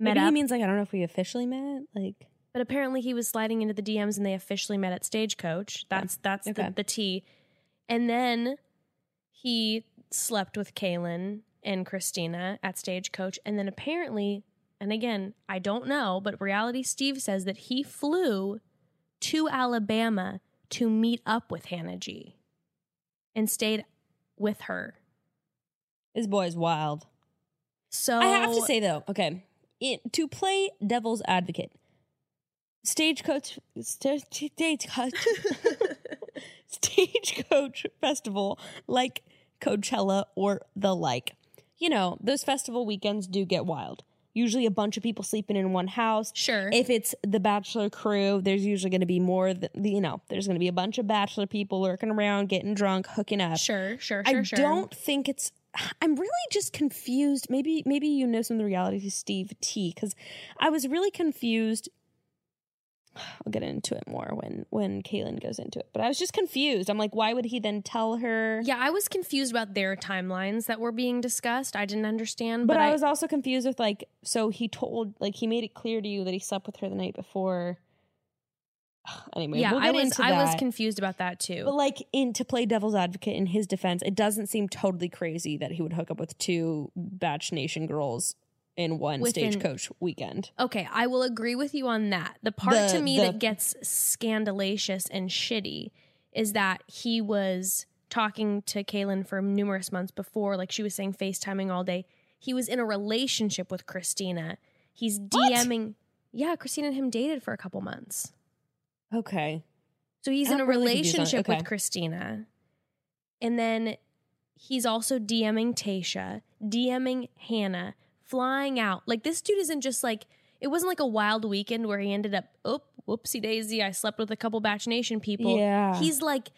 met Maybe he up. means like I don't know if we officially met. Like but apparently he was sliding into the DMs and they officially met at Stagecoach. That's that's Okay. the, the T. And then he slept with Kaylin and Christina at Stagecoach. And then apparently, and again, I don't know, but reality Steve says that he flew to Alabama to meet up with Hannah G and stayed with her. this boy's wild. So I have to say though, okay, it, to play devil's advocate, stagecoach, sta- stagecoach, stagecoach festival like Coachella or the like, you know, those festival weekends do get wild. Usually, a bunch of people sleeping in one house. sure. If it's the bachelor crew, there's usually going to be more. Th- you know, there's going to be a bunch of bachelor people lurking around, getting drunk, hooking up. sure, sure, sure, I sure. don't think it's. I'm really just confused. Maybe maybe you know some of the reality Steve T because I was really confused I'll get into it more when when Caitlin goes into it. But I was just confused. I'm like, why would he then tell her? Yeah, I was confused about their timelines that were being discussed. I didn't understand, But I, was also confused with like, so he told, like, he made it clear to you that he slept with her the night before. Anyway, yeah, we'll I get was into I was that. confused about that too. But like in to play devil's advocate in his defense, it doesn't seem totally crazy that he would hook up with two Batch Nation girls in one Within- stagecoach weekend. Okay, I will agree with you on that. The part The- to me the- that gets scandalous and shitty is that he was talking to Kaylin for numerous months before, like she was saying, FaceTiming all day. He was in a relationship with Christina. He's What? DMing. Yeah, Christina and him dated for a couple months. Okay. So he's in I'm a really confused on- relationship okay. with Christina. And then he's also DMing Tasha, DMing Hannah, flying out. Like this dude isn't just like it wasn't like a wild weekend where he ended up, oh, whoopsie daisy, I slept with a couple Batch Nation people. Yeah. He's like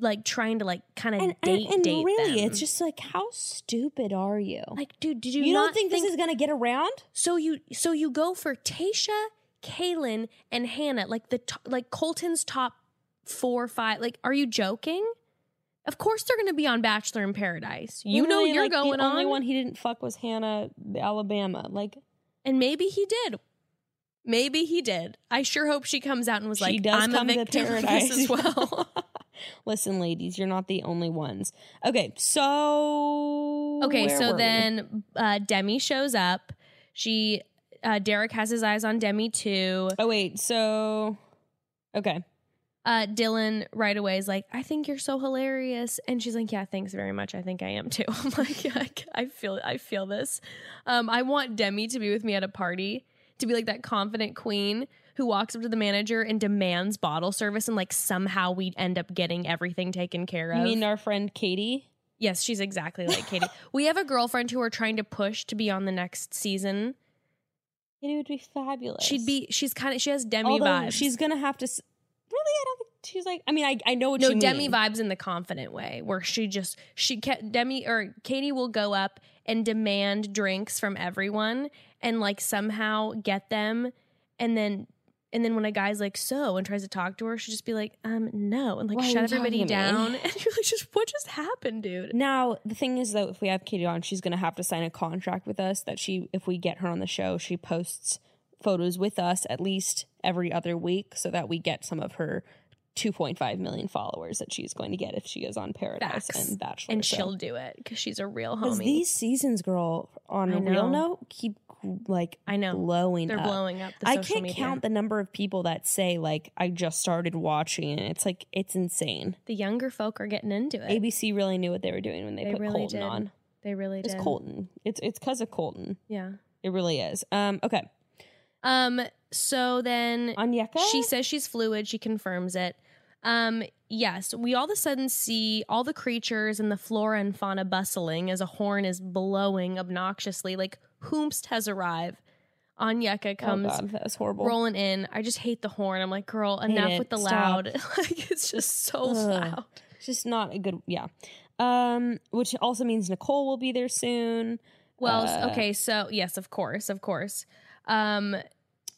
like trying to like kind of and date and, and date really, them. it's just like, how stupid are you? like, dude, did you, you don't not think, this is gonna get around? so you so you go for Tasha, Kaylin, and Hannah, like the to- like Colton's top four or five. Like, are you joking? Of course they're going to be on Bachelor in Paradise. You know Literally, you're like, going the on, only one he didn't fuck was Hannah, Alabama. Like and maybe he did. Maybe he did. I sure hope she comes out and was She like, does "I'm come a to victim of paradise." this as well." Listen, ladies, you're not the only ones. Okay, so okay, where so were we? then uh, Demi shows up. She, uh, Derek has his eyes on Demi too. Oh wait, so okay. uh, Dylan right away is like, I think you're so hilarious. And she's like, Yeah, thanks very much. I think I am too. I'm like, I, I feel I feel this. Um, I want Demi to be with me at a party, to be like that confident queen who walks up to the manager and demands bottle service and like somehow we end up getting everything taken care of. You mean our friend Katie? yes, she's exactly like Katie. we have a girlfriend who we're trying to push to be on the next season. Katie would be fabulous. She'd be she's kind of she has Demi Although vibes. she's gonna have to. s- Really, I don't think she's like. I mean, I I know what no you mean. demi vibes in the confident way where she just she kept demi or katie will go up and demand drinks from everyone and like somehow get them and then and then when a guy's like so and tries to talk to her she'll just be like um no and like Why are you shut everybody talking to me? down and you're like just what just happened dude Now the thing is though, if we have Katie on, she's gonna have to sign a contract with us that she, if we get her on the show, she posts photos with us at least every other week, so that we get some of her 2.5 million followers that she's going to get if she goes on Paradise Facts. and Bachelor. and so. she'll do it because she's a real Because homie these seasons, girl, on I a real know. note, keep like i know blowing they're up. blowing up the I social can't media. count the number of people that say like I just started watching and it's like it's insane. the younger folk are getting into it ABC really knew what they were doing when they, They put really Colton did. on. they really It's did Colton. It's it's because of Colton. yeah It really is. Um. Okay. um so then Anyeka. She says she's fluid. She confirms it. Um, yes, we all of a sudden see all the creatures and the flora and fauna bustling as a horn is blowing obnoxiously. Like Hoomst has arrived. Anyeka comes Oh God, that was horrible. rolling in. I just hate the horn. I'm like, girl, Hate enough it. with the Stop. loud. like it's just so Ugh. loud. It's just not a good. Yeah. Um. Which also means Nicole will be there soon. Well, s- Uh, okay, so yes, of course, of course. Um,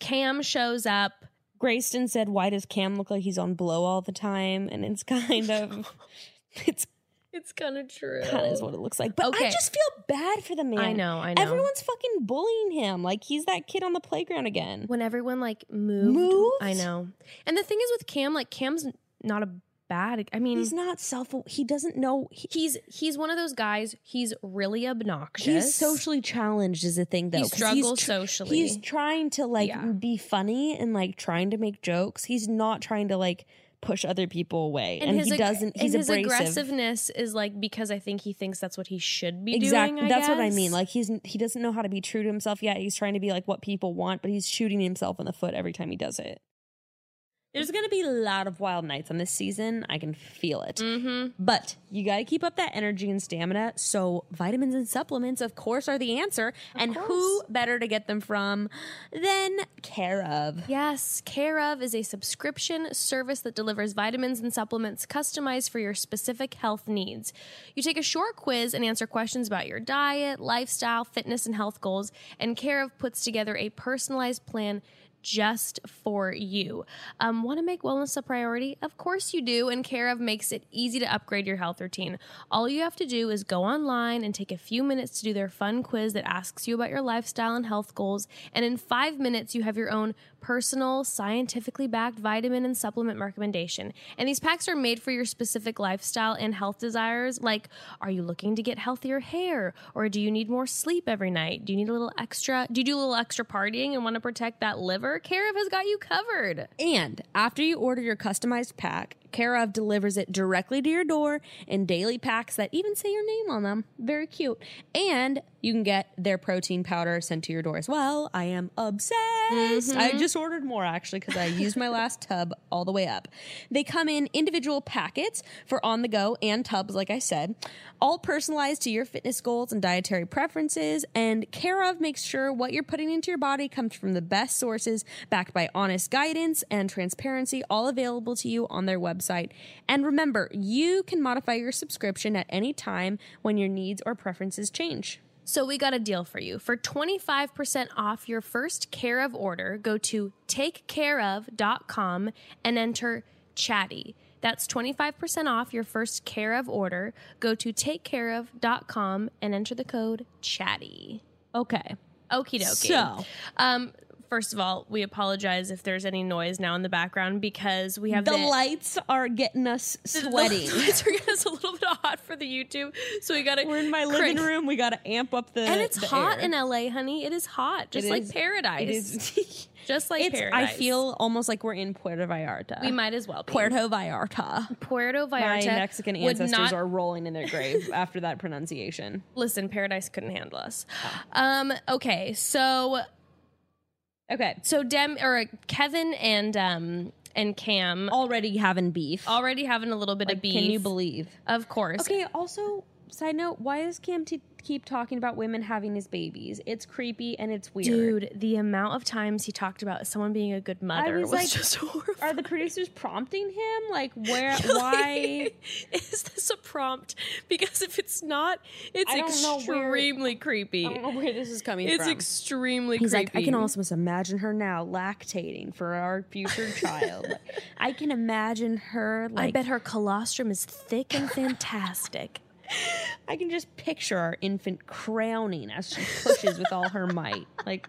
Cam shows up. Grayston said, "Why does Cam look like he's on blow all the time?" And it's kind of. It's It's kind of true. kind of is what it looks like. But I Okay. just feel bad for the man. I know. I know. Everyone's fucking bullying him. Like he's that kid on the playground again. when everyone like moved, Moved? I know. And the thing is with Cam, like Cam's not a bad. I mean, He's he's not self. He doesn't know. He, he's, one of those guys. He's really obnoxious. he's socially challenged is a thing though. He 'cause he's struggles tr- socially. He's trying to like Yeah. be funny and like trying to make jokes. He's not trying to like push other people away. And, he ag- doesn't. He's and his abrasive. aggressiveness is like because I think he thinks that's what he should be exactly. doing. I That's what I guess. mean. Like he's he doesn't know how to be true to himself yet. He's trying to be like what people want, but he's shooting himself in the foot every time he does it. There's gonna be a lot of wild nights on this season. I can feel it. Mhm. But you got to keep up that energy and stamina. So, vitamins and supplements, of course, are the answer. and who better to get them from than Care of? Yes, Care of is a subscription service that delivers vitamins and supplements customized for your specific health needs. You take a short quiz and answer questions about your diet, lifestyle, fitness, and health goals, and Care of puts together a personalized plan just for you. Um, Want to make wellness a priority? Of course you do, and Care of makes it easy to upgrade your health routine. All you have to do is go online and take a few minutes to do their fun quiz that asks you about your lifestyle and health goals, and in five minutes, you have your own personal, scientifically backed vitamin and supplement recommendation. And these packs are made for your specific lifestyle and health desires. Like, are you looking to get healthier hair? Or do you need more sleep every night? Do you need a little extra? Do you do a little extra partying and want to protect that liver? Care of has got you covered. And after you order your customized pack, Care of delivers it directly to your door in daily packs that even say your name on them. Very cute. And you can get their protein powder sent to your door as well. I am obsessed. I just ordered more actually because I used my last tub all the way up. They come in individual packets for on the go and tubs, like I said, all personalized to your fitness goals and dietary preferences. And Care of makes sure what you're putting into your body comes from the best sources, backed by honest guidance and transparency, all available to you on their website. And remember, you can modify your subscription at any time when your needs or preferences change. So we got a deal for you. For 25% off your first Care of order, go to takecareof.com and enter chatty. That's 25% off your first Care of order. Go to takecareof.com and enter the code chatty. Okay. Okie dokie. So- um, first of all, we apologize if there's any noise now in the background because we have The lights are getting us sweaty. The lights are getting us a little bit hot for the YouTube, so we gotta. We're in my living crank- room. We got to amp up the and it's the hot air. in LA, honey. It is hot, just It like is- paradise. It is. just like It's, I paradise. feel almost like we're in Puerto Vallarta. we might as well be. Puerto Vallarta. Puerto My Vallarta. Mexican would ancestors not- are rolling in their grave after that pronunciation. Listen, paradise couldn't handle us. Um. Okay, so Okay. so Dem or Kevin and um and Cam Already having beef. already having a little bit of beef. Oh. Can you believe? Of course. Okay, also, side note, why does Cam t- keep talking about women having his babies? It's creepy and it's weird. Dude, the amount of times he talked about someone being a good mother was was, like, just horrible. Are the producers prompting him? Like, where, why? is this a prompt? Because if it's not, it's I don't know where- extremely creepy. I don't know where this is coming It's from. extremely He's creepy. like, I can almost imagine her now lactating for our future child. Like, I can imagine her, like, I bet her colostrum is thick and fantastic. I can just picture our infant crowning as she pushes with all her might. Like,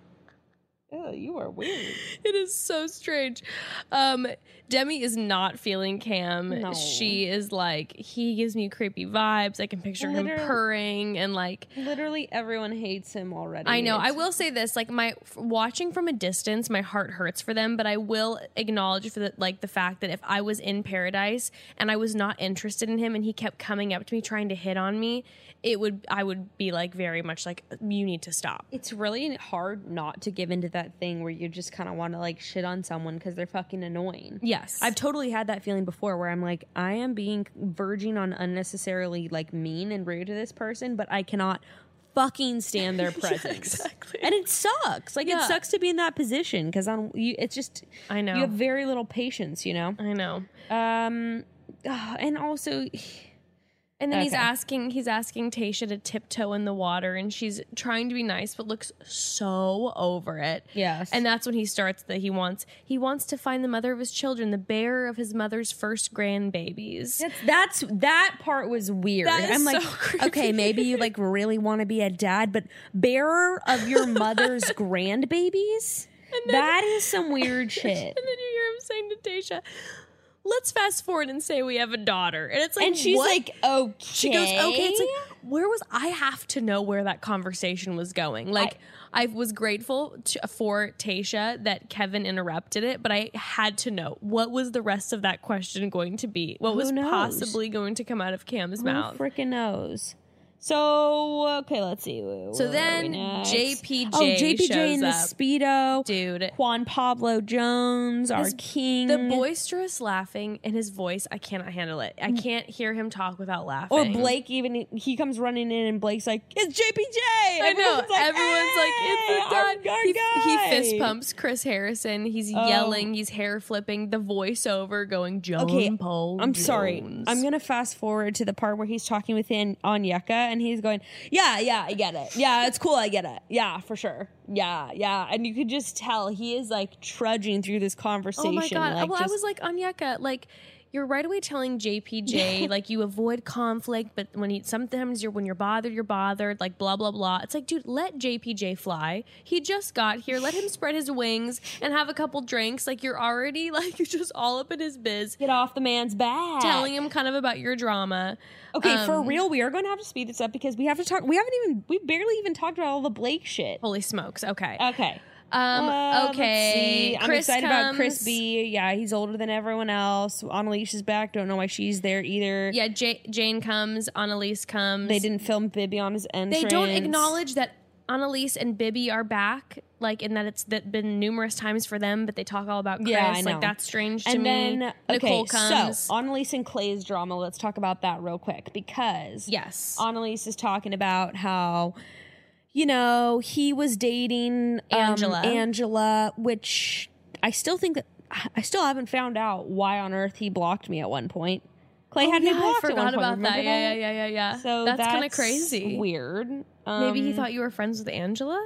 oh, you are weird. it is so strange. Um, Demi is not feeling Cam. No. She is like, he gives me creepy vibes. I can picture him Literally. purring and like Literally everyone hates him already. I know. I It's- will say this: like my f- watching from a distance, my heart hurts for them. But I will acknowledge for the, like the fact that if I was in paradise and I was not interested in him, and he kept coming up to me trying to hit on me, it would I would be like very much like you need to stop. It's really hard not to give into that thing where you just kind of want to like shit on someone because they're fucking annoying. Yes, I've totally had that feeling before where I'm like, I am being verging on unnecessarily like mean and rude to this person, but I cannot fucking stand their presence. exactly. And it sucks. Like Yeah. it sucks to be in that position because I'm. You, it's just I know. you have very little patience. You know. I know. Um, ah, and also, And then he's Okay. asking he's asking Tasha to tiptoe in the water and she's trying to be nice but looks so over it. Yes. And that's when he starts that he wants he wants to find the mother of his children, the bearer of his mother's first grandbabies. That's, that's that part was weird. That is I'm like, so creepy. okay, maybe you like really want to be a dad, but bearer of your mother's grandbabies. that is some weird shit. And then you hear him saying to Tasha, "Let's fast forward and say we have a daughter." And it's like And she's what? like, okay. she goes, "Okay." It's like, where was I? Have to know where that conversation was going. Like, I, was grateful to, for Tasha that Kevin interrupted it, but I had to know what was the rest of that question going to be. What was knows? possibly going to come out of Cam's mouth? Who freaking knows? So okay, let's see. So Where are then we next? JPJ oh JPJ in the shows up. speedo, Dude. Juan Pablo Jones, our king, The boisterous laughing in his voice, I cannot handle it. I can't hear him talk without laughing. Mm. or Blake. Even he comes running in, and Blake's like, "It's JPJ." I know. Everyone's like, "Hey, it's the our- dad. our he, guy." Oh. he fist pumps Chris Harrison. He's yelling. He's hair flipping. The voiceover going, John Okay, Paul. I'm sorry. Jones." I'm gonna fast forward to the part where he's talking with An- Anyeka, and he's going, Yeah, yeah, I get it. Yeah, it's cool. I get it. Yeah, for sure. Yeah, yeah. And you could just tell he is like trudging through this conversation. Oh my god! like, well, just- I was like Anyaka, like you're right away telling JPJ like you avoid conflict, but when you sometimes you're when you're bothered, you're bothered. Like blah blah blah. It's like, dude, let JPJ fly. He just got here. Let him spread his wings and have a couple drinks. Like you're already like you're just all up in his biz, get off the man's back. telling him kind of about your drama. Okay, for um, real, we are going to have to speed this up because we have to talk. We haven't even, we barely even talked about all the Blake shit. Holy smokes! Okay. Okay. Um. Uh, let's okay. see. I'm Chris excited about Chris comes. B. Yeah, he's older than everyone else. Annalise is back. Don't know why she's there either. Yeah. Ja- Jane comes. Annalise comes. They didn't film Bibby on his entrance. They don't acknowledge that Annalise and Bibby are back, like, and that it's that been numerous times for them, but they talk all about Chris. Yeah, I know. Like, that's strange to And me. then okay, Nicole comes. so uh, Annalise and Clay's drama. Let's talk about that real quick because yes. Annalise is talking about how you know he was dating um, Angela. Angela, which I still think that I still haven't found out why on earth he blocked me at one point. Clay Oh, had yeah, me blocked I at one forgot point. about remember that. Yeah, yeah, yeah, yeah, yeah. So that's, that's kind of crazy. Weird. Maybe he Um, thought you were friends with Angela.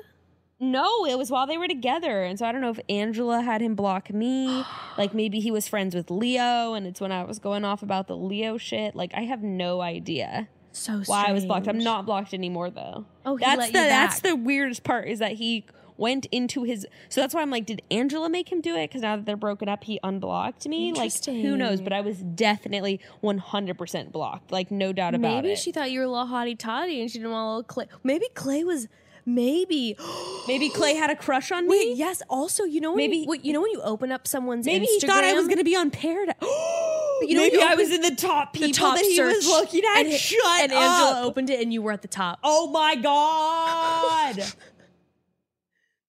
No, it was while they were together. And so I don't know if Angela had him block me. Like maybe he was friends with Leo and it's when I was going off about the Leo shit. Like I have no idea So strange. why I was blocked. I'm not blocked anymore though. Oh, he that's let the you that's back. the weirdest part is that he went into his so that's why I'm like, did Angela make him do it? Because now that they're broken up, he unblocked me. Like who knows? Interesting. But I was definitely one hundred percent blocked. Like no doubt about Maybe it. she thought you were a little hottie toddy, and she didn't want a little Clay. Maybe Clay was. Maybe. maybe Clay had a crush on me. Wait. Yes. Also, you know when Maybe- you, wait, you know when you open up someone's Maybe he thought I was Instagram? going to be on Paradise. you know, Maybe you I open- was in the top people the top that he search was looking at. And, it- Shut and up. Angela opened it, and you were at the top. oh my god.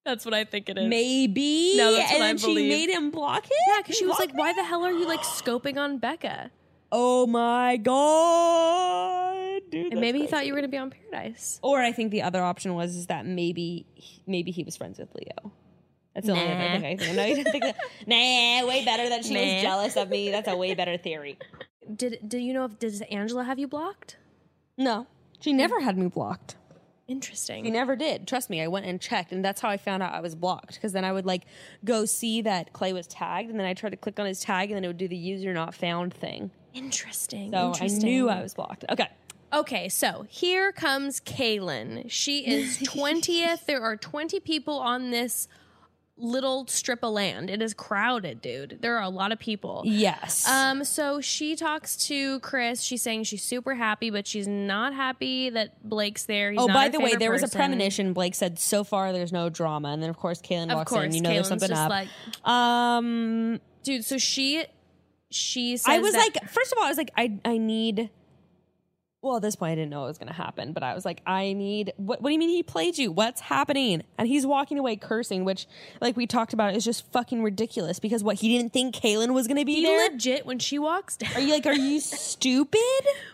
That's what I think it Maybe. No, that's and what I then she believe. made him block it. Yeah, because she was like, Block "Why me? the hell are you like scoping on Becca?" Oh my god, dude. And maybe he thought you were gonna be on Paradise. Or I think the other option was is that maybe he- maybe he was friends with Leo. That's the only Nah. other thing I think. No, you don't think that. Nah, way better that she Nah. was jealous of me. That's a way better theory. Did Do you know if does Angela have you blocked? No, she never had me blocked. He Interesting. never did. Trust me, I went and checked, and that's how I found out I was blocked. Because then I would like go see that Clay was tagged, and then I tried to click on his tag, and then it would do the user not found thing. Interesting. So I Interesting. knew I was blocked. Okay, Okay, so here comes Kaylin. She is 20th. there are 20 people on this little strip of land. It is crowded, dude. There are a lot of people. yes, Um, so she talks to Chris. She's saying she's super happy, but she's not happy that Blake's there. He's Oh, not by her the way, favorite there was a person. premonition. Blake said, "So far, there's no drama," and then of course, Kaylin Of walks in. course, You know, Kaylin's there's something just up. like, um, dude. So she, she. Says I was that- like, first of all, I was like, I I need. Well, at this point, I didn't know it was going to happen, but I was like, I need. What, what do you mean he played you? What's happening? And he's walking away cursing, which, like we talked about, is just fucking ridiculous because what he didn't think Kaylin was going to be he there. legit when she walks down. are you like, are you stupid?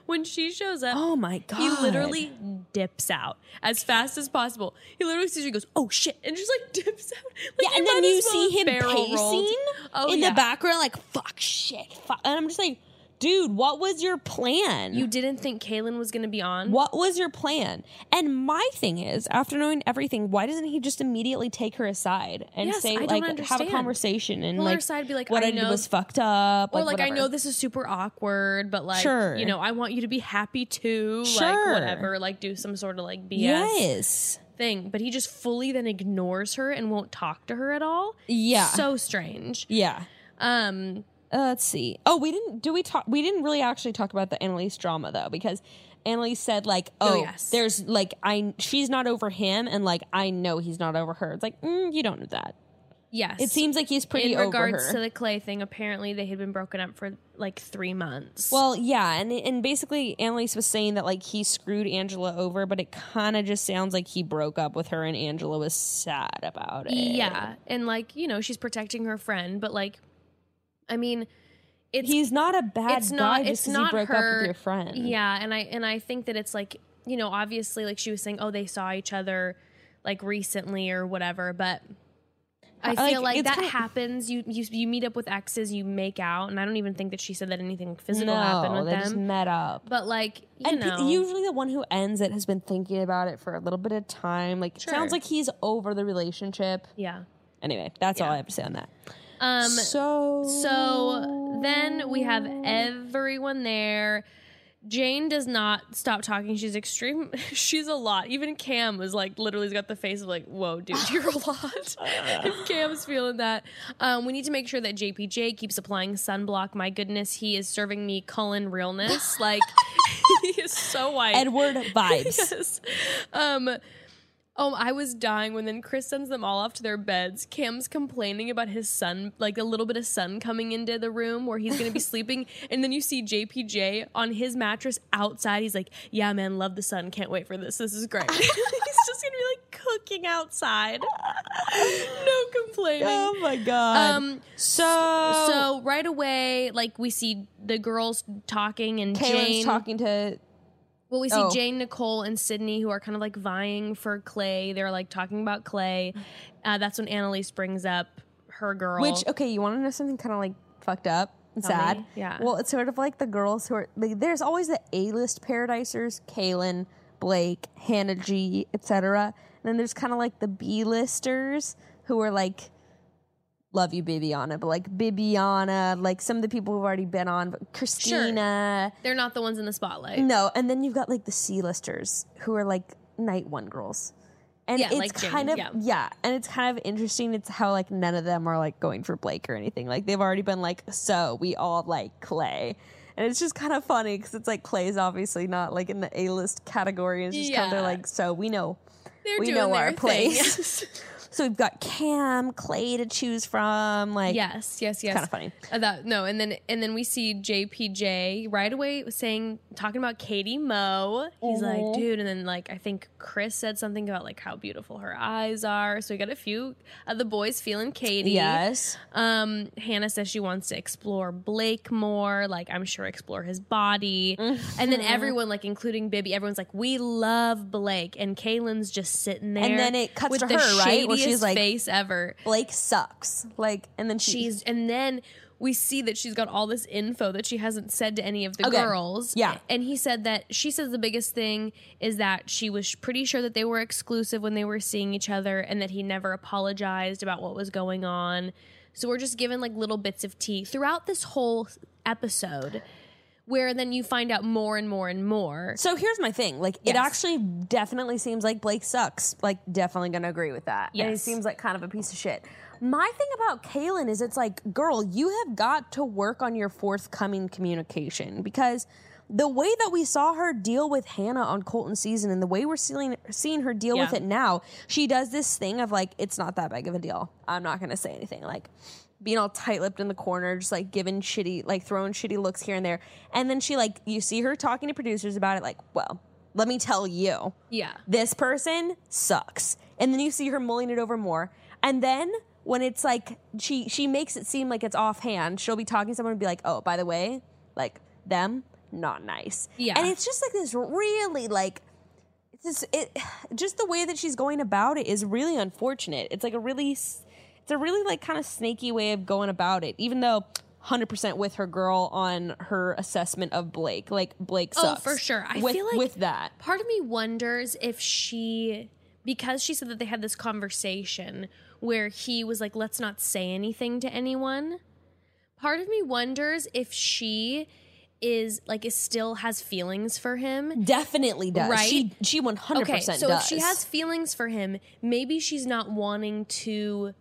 when she shows up? Oh my god! He literally dips out as fast as possible. He literally sees her and goes, "Oh shit!" and just like dips out. Like, Yeah, he and then might you as well see him have barrel pacing rolled. Oh, in yeah. the background, like fuck, shit, fuck. and I'm just like, dude, what was your plan? You didn't think Kaylin was going to be on. What was your plan? And my thing is, after knowing everything, why doesn't he just immediately take her aside and Yes, say, I don't like, have understand. a conversation and Pull her like, aside, be like, what I I, did know- was fucked up, or like I know this. this is super awkward, but like Sure. you know, I want you to be happy too. Sure. Like whatever, like do some sort of like BS Yes. thing. But he just fully then ignores her and won't talk to her at all. Yeah. So strange. Yeah. Um Uh, let's see. Oh, we didn't. Do we talk? We didn't really actually talk about the Annalise drama though, because Annalise said like, "Oh, Oh, yes. there's like I she's not over him, and like I know he's not over her." It's like mm, you don't know that. yes. It seems like he's pretty in over regards her. to the Clay thing, apparently they had been broken up for like three months. well, yeah, and and basically Annalise was saying that like he screwed Angela over, but it kind of just sounds like he broke up with her, and Angela was sad about it. Yeah. And like, you know, she's protecting her friend, but like I mean it's he's not a bad it's guy not just it's because he not broke her up with your friend. yeah and i and i think that it's like you know obviously like she was saying oh they saw each other like recently or whatever but I Like, feel like, it's that kind of- happens. You, you you meet up with exes, you make out, and I don't even think that she said that anything physical no, happened with they them. just met up. but like you and pe- know, usually the one who ends it has been thinking about it for a little bit of time. Like it sounds Sure. like he's over the relationship. yeah. Anyway, that's all Yeah. I have to say on that. Um, so So then we have everyone there. Jane does not stop talking. She's extreme. She's a lot. Even Cam was like, literally, has got the face of like, "Whoa, dude, you're a lot." if Cam's feeling that, um, we need to make sure that JPJ keeps applying sunblock. My goodness, he is serving me Cullen realness. Like, he is so white. Edward vibes. Yes. Um, oh, I was dying when then Chris sends them all off to their beds. Cam's complaining about his sun, like a little bit of sun coming into the room where he's going to be sleeping. And then you see JPJ on his mattress outside. He's like, Yeah, man, love the sun. Can't wait for this. This is great. he's just going to be like cooking outside. no complaining. oh my god. Oh. Um, so so right away, like we see the girls talking and Kaylin's Jane talking to well, we see Oh. Jane, Nicole, and Sydney, who are kind of like vying for Clay. They're like talking about Clay. Uh, that's when Annalise brings up her girl. Which okay, you want to know something kind of like fucked up and Tell sad? me. Yeah. Well, it's sort of like the girls who are like, there's always the A-list paradisers, Kaylin, Blake, Hannah G, etc. And then there's kind of like the B-listers who are like love you Bibiana, but like Bibiana, like some of the people who've already been on, but Christina. they're not the ones in the spotlight. No, and then you've got like the C-listers who are like night one girls. And Yeah, it's like Jane, kind of yeah. and it's kind of interesting. It's how like none of them are like going for Blake or anything. Like they've already been like, so we all like Clay, and it's just kind of funny because it's like Clay's obviously not like in the A list category. It's just kind of Yeah. they're like, so we know, They're we doing know their our thing. place. Yes. so we've got Cam, Clay to choose from. Like, yes, yes, yes. kind of funny. Uh, that- no, and then and then we see JPJ right away saying talking about Katie Moe. He's Mhm. like, dude, and then like I think Chris said something about like how beautiful her eyes are. So we got a few of the boys feeling Katie. Yes, Um, Hannah says she wants to explore Blake more, like I'm sure explore his body. And then Mm-hmm. everyone, like including Bibby, everyone's like, We love Blake. And Kaylin's just sitting there. And then it cuts with to the her, right? Where she's shadiest like- face ever. Blake sucks. Like, and then she, She's and then we see that she's got all this info that she hasn't said to any of the Okay. girls. Yeah. And he said that she says the biggest thing is that she was pretty sure that they were exclusive when they were seeing each other and that he never apologized about what was going on. So we're just given like little bits of tea throughout this whole episode where then you find out more and more and more. So here's my thing. Like it Yes. actually definitely seems like Blake sucks. Like definitely gonna agree with that. And he Yes. seems like kind of a piece of shit. My thing about Kaylin is it's like, girl, you have got to work on your forthcoming communication because the way that we saw her deal with Hannah on Colton season and the way we're seeing, seeing her deal with Yeah. it now, she does this thing of like, it's not that big of a deal. I'm not gonna say anything. Like being all tight lipped in the corner, just like giving shitty, like throwing shitty looks here and there. And then she like, you see her talking to producers about it, like, well, let me tell you, Yeah. this person sucks. And then you see her mulling it over more. And then when it's like she she makes it seem like it's offhand, she'll be talking to someone and be like, "Oh, by the way, like them, not nice." Yeah. And it's just like this really like it's just, it just the way that she's going about it is really unfortunate. It's like a really s- it's a really like kind of snaky way of going about it, even though 100% with her girl on her assessment of Blake. Like Blake Oh, sucks. for sure. I with, feel like- with that. part of me wonders if she because she said that they had this conversation where he was like let's not say anything to anyone part of me wonders if she is like is still has feelings for him Definitely does. Right? She she one hundred okay percent so does. if she has feelings for him maybe she's not wanting to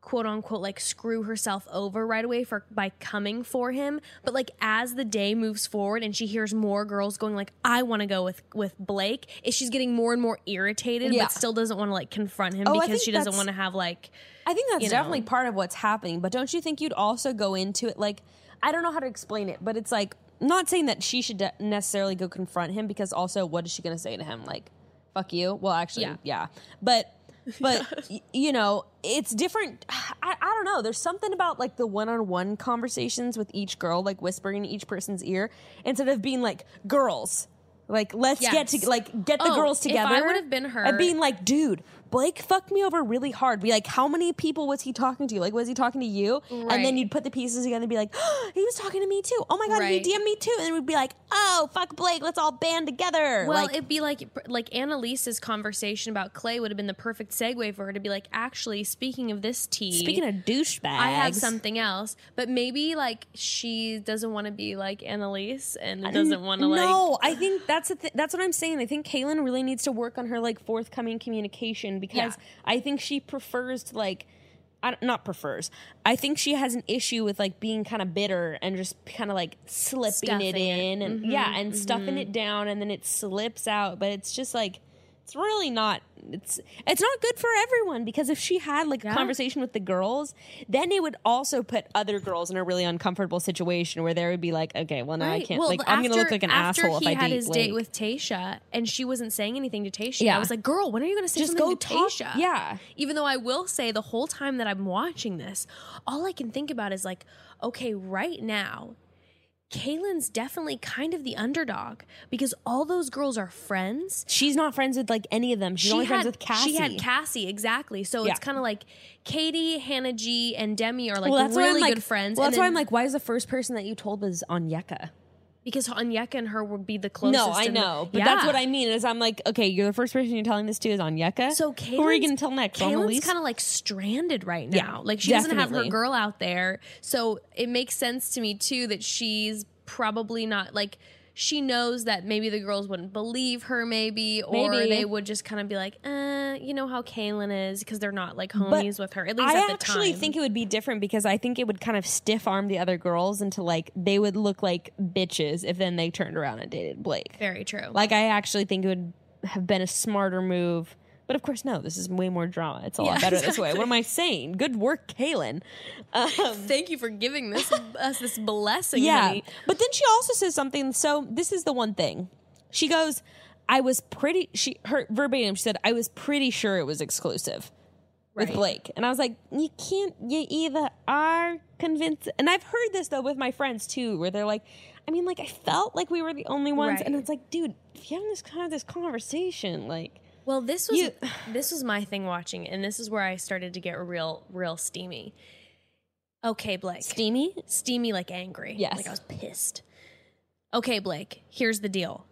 quote unquote like screw herself over right away for by coming for him but like as the day moves forward and she hears more girls going like i want to go with with blake is she's getting more and more irritated Yeah. but still doesn't want to like confront him Oh, I because think she doesn't that's- want to have like I think that's you know. definitely part of what's happening. But don't you think you'd also go into it like I don't know how to explain it, but it's like not saying that she should de- necessarily go confront him because also what is she going to say to him like fuck you? Well, actually, yeah, Yeah. but. But y- you know, it's different. I, I don't know. There's something about like the one-on-one conversations with each girl, like whispering in each person's ear, instead of being like, "Girls, Like let's get Yes. to like get the Oh, girls if I together. would've been her- and being like, dude, Blake fucked me over really hard. Be like, how many people was he talking to? Like, was he talking to you? And Right. then you'd put the pieces together and be like, he was talking to me too. Oh my god, Right. he DM'd me too. And then we'd be like, oh fuck, Blake, let's all band together. Well, like, it'd be like like Annalise's conversation about Clay would have been the perfect segue for her to be like, actually, speaking of this tea, speaking of douchebags, I have something else, but maybe like she doesn't want to be like Annalise and doesn't want to like. Mm, No, I think that's the th- that's what I'm saying. I think Kaylin really needs to work on her like forthcoming communication because Yeah. I think she prefers to like. I don't, not prefers. I think she has an issue with like being kind of bitter and just kind of like slipping Stuffing it it. in Mm-hmm, and yeah, and stuffing it down and then it slips out. But it's just like it's really not. It's it's not good for everyone because if she had like a Yeah. conversation with the girls, then it would also put other girls in a really uncomfortable situation where they would be like, okay, well now I Right. can't. Well, like I'm gonna look after- like an after asshole if he I had date his date Blake. with Tasha, and she wasn't saying anything to Tasha. Yeah. I was like, "Girl, when are you going to say Just something go to talk- Tasha?" yeah. Even though I will say, the whole time that I'm watching this, all I can think about is like, okay, right now, Kaylin's definitely kind of the underdog because all those girls are friends. She's not friends with like any of them. She's only friends with Cassie. She had Cassie exactly. So Yeah. it's kind of like Katie, Hannah G, and Demi are like well, that's why I'm really like, good friends. Well, and that's why then- I'm like, why is the first person that you told was on Yeka? because Anyeka and her would be the closest. No, I in the- know, but that's Yeah. what I mean. Is I'm like, okay, you're the first person you're telling this to is on Yeka. So who are you Kaylin's- gonna tell next? On Kaylin's Elise? kind of like stranded right now. Yeah, like she doesn't have definitely. her girl out there. So it makes sense to me too that she's probably not like she knows that maybe the girls wouldn't believe her maybe or Maybe. they would just kind of be like, "Uh, you know how Kaylin is" because they're not like homies with her at least I at the time. actually think it would be different because I think it would kind of stiff arm the other girls into like they would look like bitches if then they turned around and dated Blake. very true. Like I actually think it would have been a smarter move. But of course, no. This is way more drama. It's a lot Yeah, better this way. What am I saying? Good work, Kaylin. Thank you for giving this us this blessing. Yeah. honey. But then she also says something. So this is the one thing. She goes, I was pretty, she, her verbatim, she said, I was pretty sure it was exclusive with Right. Blake. And I was like, you can't, you either are convinced. And I've heard this though with my friends too, where they're like, I mean, like, I felt like we were the only ones. And Right. it's like, dude, if you haven't had this conversation, like, Well, this was You- this was my thing watching, and this is where I started to get real, real steamy. Okay, Blake. steamy. steamy, like angry. Yes. Like I was pissed. Okay, Blake, here's the deal.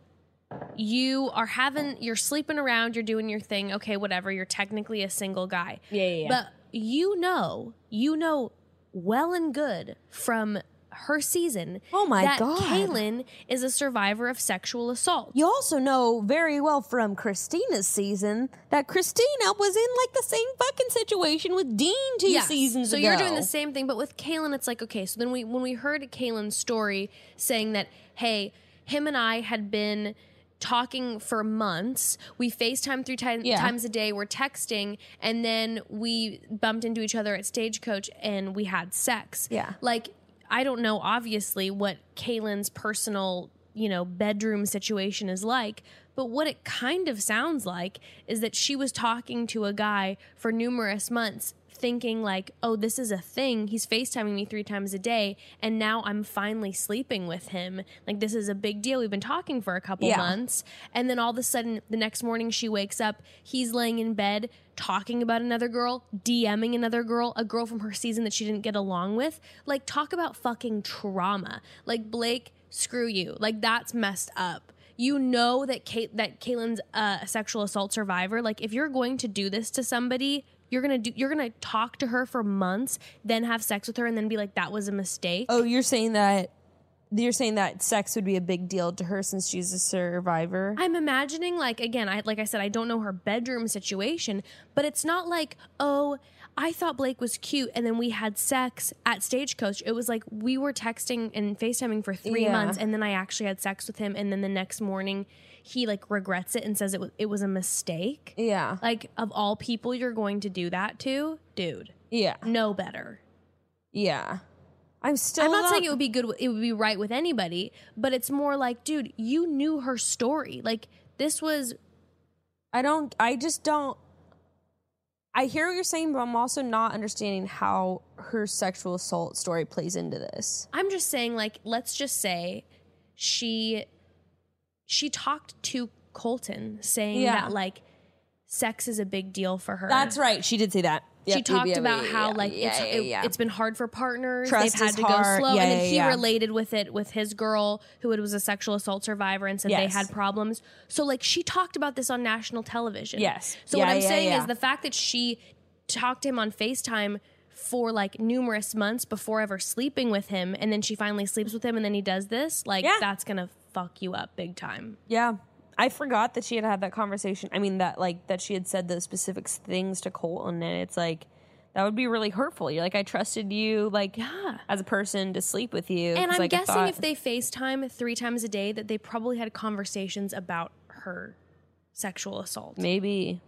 You are having, you're sleeping around, you're doing your thing. Okay, whatever. You're technically a single guy. Yeah, yeah, yeah. But you know, you know well and good from her season. Oh my that God. Kaylin is a survivor of sexual assault. You also know very well from Christina's season that Christina was in like the same fucking situation with Dean two Yes. seasons so ago. you're doing the same thing, but with Kaylin, it's like okay. So then we when we heard Kaylin's story saying that hey, him and I had been talking for months. We FaceTime three times Yeah. times a day. We're texting, and then we bumped into each other at Stagecoach, and we had sex. Yeah. like I don't know, obviously, what Kaylin's personal you know bedroom situation is like. But what it kind of sounds like is that she was talking to a guy for numerous months thinking like, oh, this is a thing. He's FaceTiming me three times a day, and now I'm finally sleeping with him. Like, this is a big deal. We've been talking for a couple Yeah. months. And then all of a sudden, the next morning, she wakes up, he's laying in bed talking about another girl, DMing another girl, a girl from her season that she didn't get along with. Like, talk about fucking trauma. Like, Blake, screw you. Like, that's messed up you know that Kate that Caitlin's uh, a sexual assault survivor. Like if you're going to do this to somebody, you're gonna do you're gonna talk to her for months, then have sex with her, and then be like, that was a mistake. Oh, you're saying that you're saying that sex would be a big deal to her since she's a survivor. I'm imagining like again, I like I said, I don't know her bedroom situation, but it's not like, oh, I thought Blake was cute and then we had sex at Stagecoach. It was like we were texting and FaceTiming for three Yeah. months and then I actually had sex with him and then the next morning he like regrets it and says it was it was a mistake. yeah, Like, of all people you're going to do that to, dude, yeah, no better. yeah. I'm still. I'm not saying it would be good, with- it would be right with anybody, but it's more like, dude, you knew her story. Like, this was, I don't. I just don't. I hear what you're saying, but I'm also not understanding how her sexual assault story plays into this. I'm just saying, like, let's just say she. she talked to Colton saying Yeah. that like sex is a big deal for her. That's right. She did say that. she Yep, talked yeah, about E, yeah, how yeah, like yeah, it's, yeah, it, yeah. has been hard for partners. Trust They've is had to hard. go slow, Yeah, and then yeah, he yeah. related with it with his girl who was a sexual assault survivor and said they Yes. had problems. So like she talked about this on national television. Yes. So Yeah, what I'm yeah, saying yeah. is the fact that she talked to him on Facetime for like numerous months before ever sleeping with him, and then she finally sleeps with him, and then he does this. Like Yeah. that's gonna fuck you up big time. yeah. I forgot that she had had that conversation. I mean that like that she had said those specific things to Colton, and it's like that would be really hurtful. You're like I trusted you, like Yeah. as a person to sleep with you. And 'cause, I'm like, I guessing thought- if they FaceTime three times a day, that they probably had conversations about her sexual assault. maybe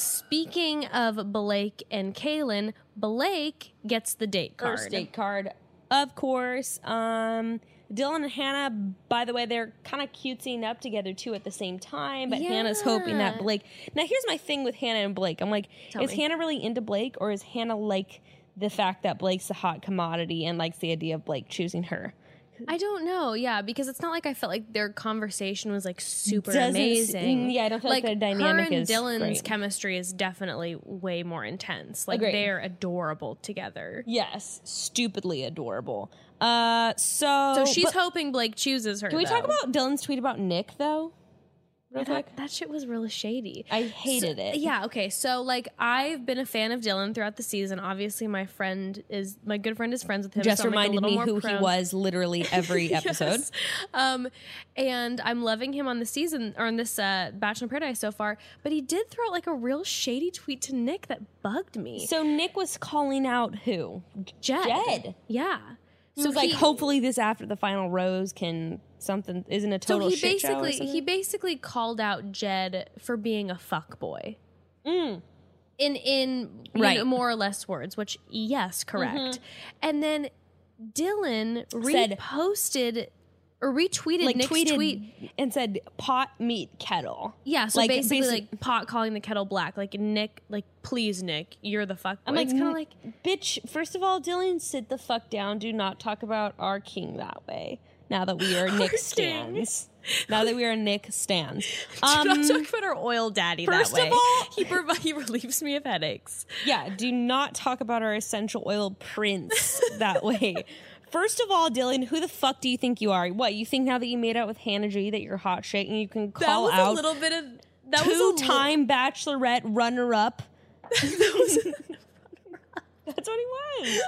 Speaking of Blake and Kaylin, Blake gets the date card. first date card, of course. Um, Dylan and Hannah, by the way, they're kind of cutesying up together too at the same time. But Hannah's hoping that Yeah. Blake. Now, here's my thing with Hannah and Blake. I'm like, Tell is me. Hannah really into Blake, or is Hannah like the fact that Blake's a hot commodity and likes the idea of Blake choosing her? I don't know, yeah, because it's not like I felt like their conversation was like super Doesn't s- amazing. mm, yeah, I don't feel like their dynamic her and is Dylan's great. chemistry is definitely way more intense. Like Agreed. they're adorable together. Yes, stupidly adorable. Uh, so So she's but- hoping Blake chooses her. Can we talk though. about Dylan's tweet about Nick though? Real quick, that? That shit was really shady. I hated it. Yeah, okay. So like I've been a fan of Dylan throughout the season. Obviously, my friend is my good friend is friends with him. just so I'm, like, a reminded little me more who he prone- was literally every episode. Yes. Um and I'm loving him on the season or on this uh Bachelor in Paradise so far, but he did throw out like a real shady tweet to Nick that bugged me. So Nick was calling out who? Jed. Jed. Yeah. So Mm, he was like, hopefully this after the final rose can something isn't a so total. he shit show or basically something? he basically called out Jed for being a fuck boy. Mm. in in you Right. Mm-hmm. know, more or less words which yes correct and then dylan Said- reposted or retweeted like Nick's tweeted tweet. and said pot meat kettle. Yeah, so like, basically, basi- like pot calling the kettle black. Like Nick, like please, Nick, you're the fuck. I'm boy." like, it's kind "N- of like bitch. First of all, Dylan, sit the fuck down. Do not talk about our king that way. Now that we are Nick king. stands. Now that we are Nick stands. Um, do not talk about our oil daddy. first of that way. all- he provi- he relieves me of headaches. Yeah, do not talk about our essential oil prince that way. First of all, Dylan, who the fuck do you think you are? What, you think now that you made out with Hannah G that you're hot shit and you can That call was out a little bit of that was a two little- time bachelorette runner up? That's what he was.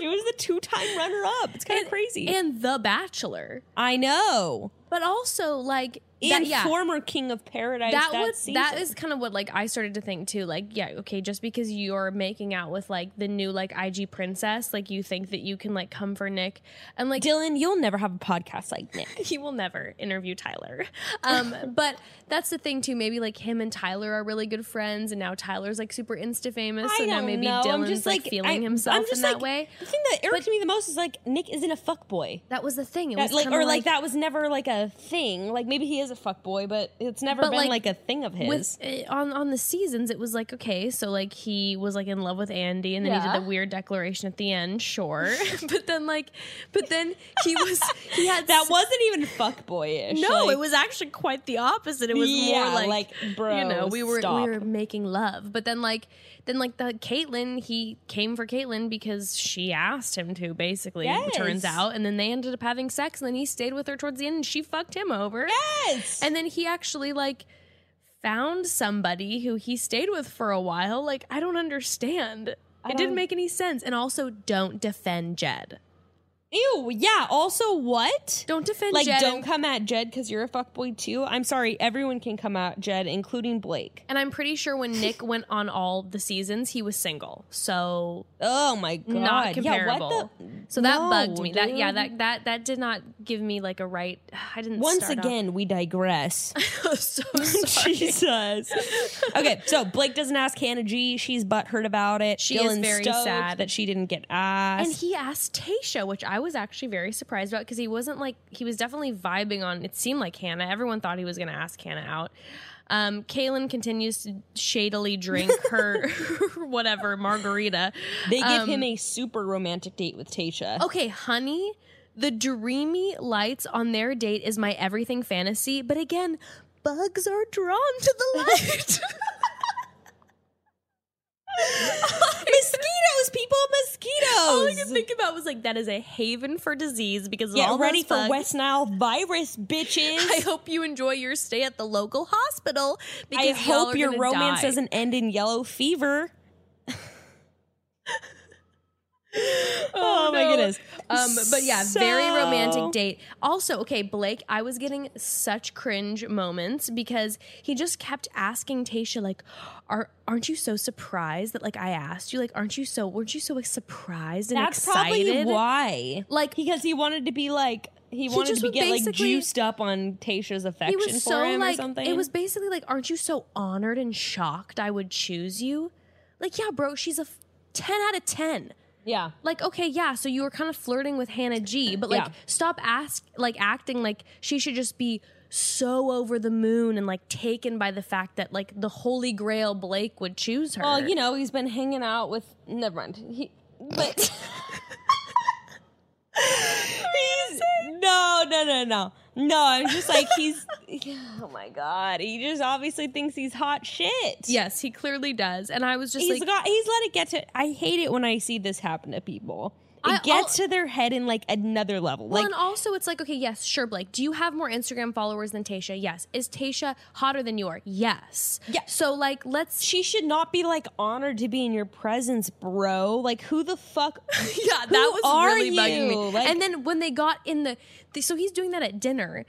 He was the two time runner up. It's kind of And- crazy. and The Bachelor, I know. but also like that- And yeah. former King of Paradise that that, would season. that is kind of what like I started to think too. Like, yeah, okay, just because you're making out with like the new like IG princess, like you think that you can like come for Nick, and like Dylan, you'll never have a podcast like Nick. he will never interview Tyler. Um, but that's the thing too. Maybe like him and Tyler are really good friends, and now Tyler's like super insta famous. So I now don't maybe know. I'm Dylan's just like, like, feeling I- himself I'm just in that like- way. The thing that irks me the most is like Nick isn't a fuck boy. That was the thing. It That, was like kinda or like, that was never like a thing. Like maybe he is a fuckboy, but it's never But, been like, like, a thing of his. with uh, on on the seasons it was like okay so like he was like in love with andy and then he Yeah. did the weird declaration at the end sure but then like but then he was he had that s- wasn't even fuckboyish. no like, it was actually quite the opposite it was yeah, more like, bro. you know we were stop. we were making love but then like then like the caitlyn he came for caitlyn because she asked him to basically it turns Yes. out and then they ended up having sex and then he stayed with her towards the end and she fucked him over yes. and then he actually like found somebody who he stayed with for a while. Like I don't understand. I it didn't don't- make any sense. And also, don't defend Jed. Ew. Yeah. Also, what? Don't defend Like, Jed. don't And, come at Jed because you're a fuckboy too. I'm sorry. Everyone can come at Jed, including Blake. and I'm pretty sure when Nick went on all the seasons, he was single. So Oh my god. not Yeah, comparable. what the? so that No, bugged me. That yeah, dude. that that that did not give me like a right. I didn't. Once start off- again, we digress. I'm so sorry. Jesus. okay, so Blake doesn't ask Hannah G. She's butthurt about it. She is Dylan's very stoked sad. that she didn't get asked. And he asked Tasha, which I was actually very surprised about because he wasn't like he was definitely vibing on. It seemed like Hannah. Everyone thought he was going to ask Hannah out. Um, Kaylin continues to shadily drink her whatever margarita. they give um, Oh. him a super romantic date with Tasha. Okay, honey, The dreamy lights on their date is my everything fantasy, but again, bugs are drawn to the light. mosquitoes, people, All I could mosquitoes. think about was like that is a haven for disease because of Get all those ready for bugs. West Nile virus, bitches. I hope you enjoy your stay at the local hospital. Because I y'all hope are your gonna romance die. doesn't end in yellow fever. oh my no. goodness. Um, but yeah, very romantic So- date. Also, okay, Blake, I was getting such cringe moments because he just kept asking Tasha, like, Are aren't you so surprised that like I asked you? Like, aren't you so weren't you so like, surprised and That's excited? probably why. Like- because he wanted to be like he wanted just to be was get like basically- juiced up on Tasha's affection It was for so him like or something. it was basically like, aren't you so honored and shocked I would choose you? Like, yeah, bro, she's a f- ten out of ten. yeah. like okay yeah so you were kind of flirting with hannah g but like Yeah. stop ask like acting like she should just be so over the moon and like taken by the fact that like the holy grail blake would choose her Well, you know, he's been hanging out with. Never mind. He, but. he's, no, no, no, no. No, I'm just like, he's. Oh my God. He just obviously thinks he's hot shit. yes he clearly does and i was just He's like got, he's let it get to. I hate it when I see this happen to people. It I al- gets to their head in like another level. well, Like, and also it's like okay yes sure blake do you have more instagram followers than tasha yes is tasha hotter than you are yes Yeah. so like let's she should not be like honored to be in your presence, bro. Like, who the fuck? yeah, Who are you? Like- and then when they got in the, the, so he's doing that at dinner,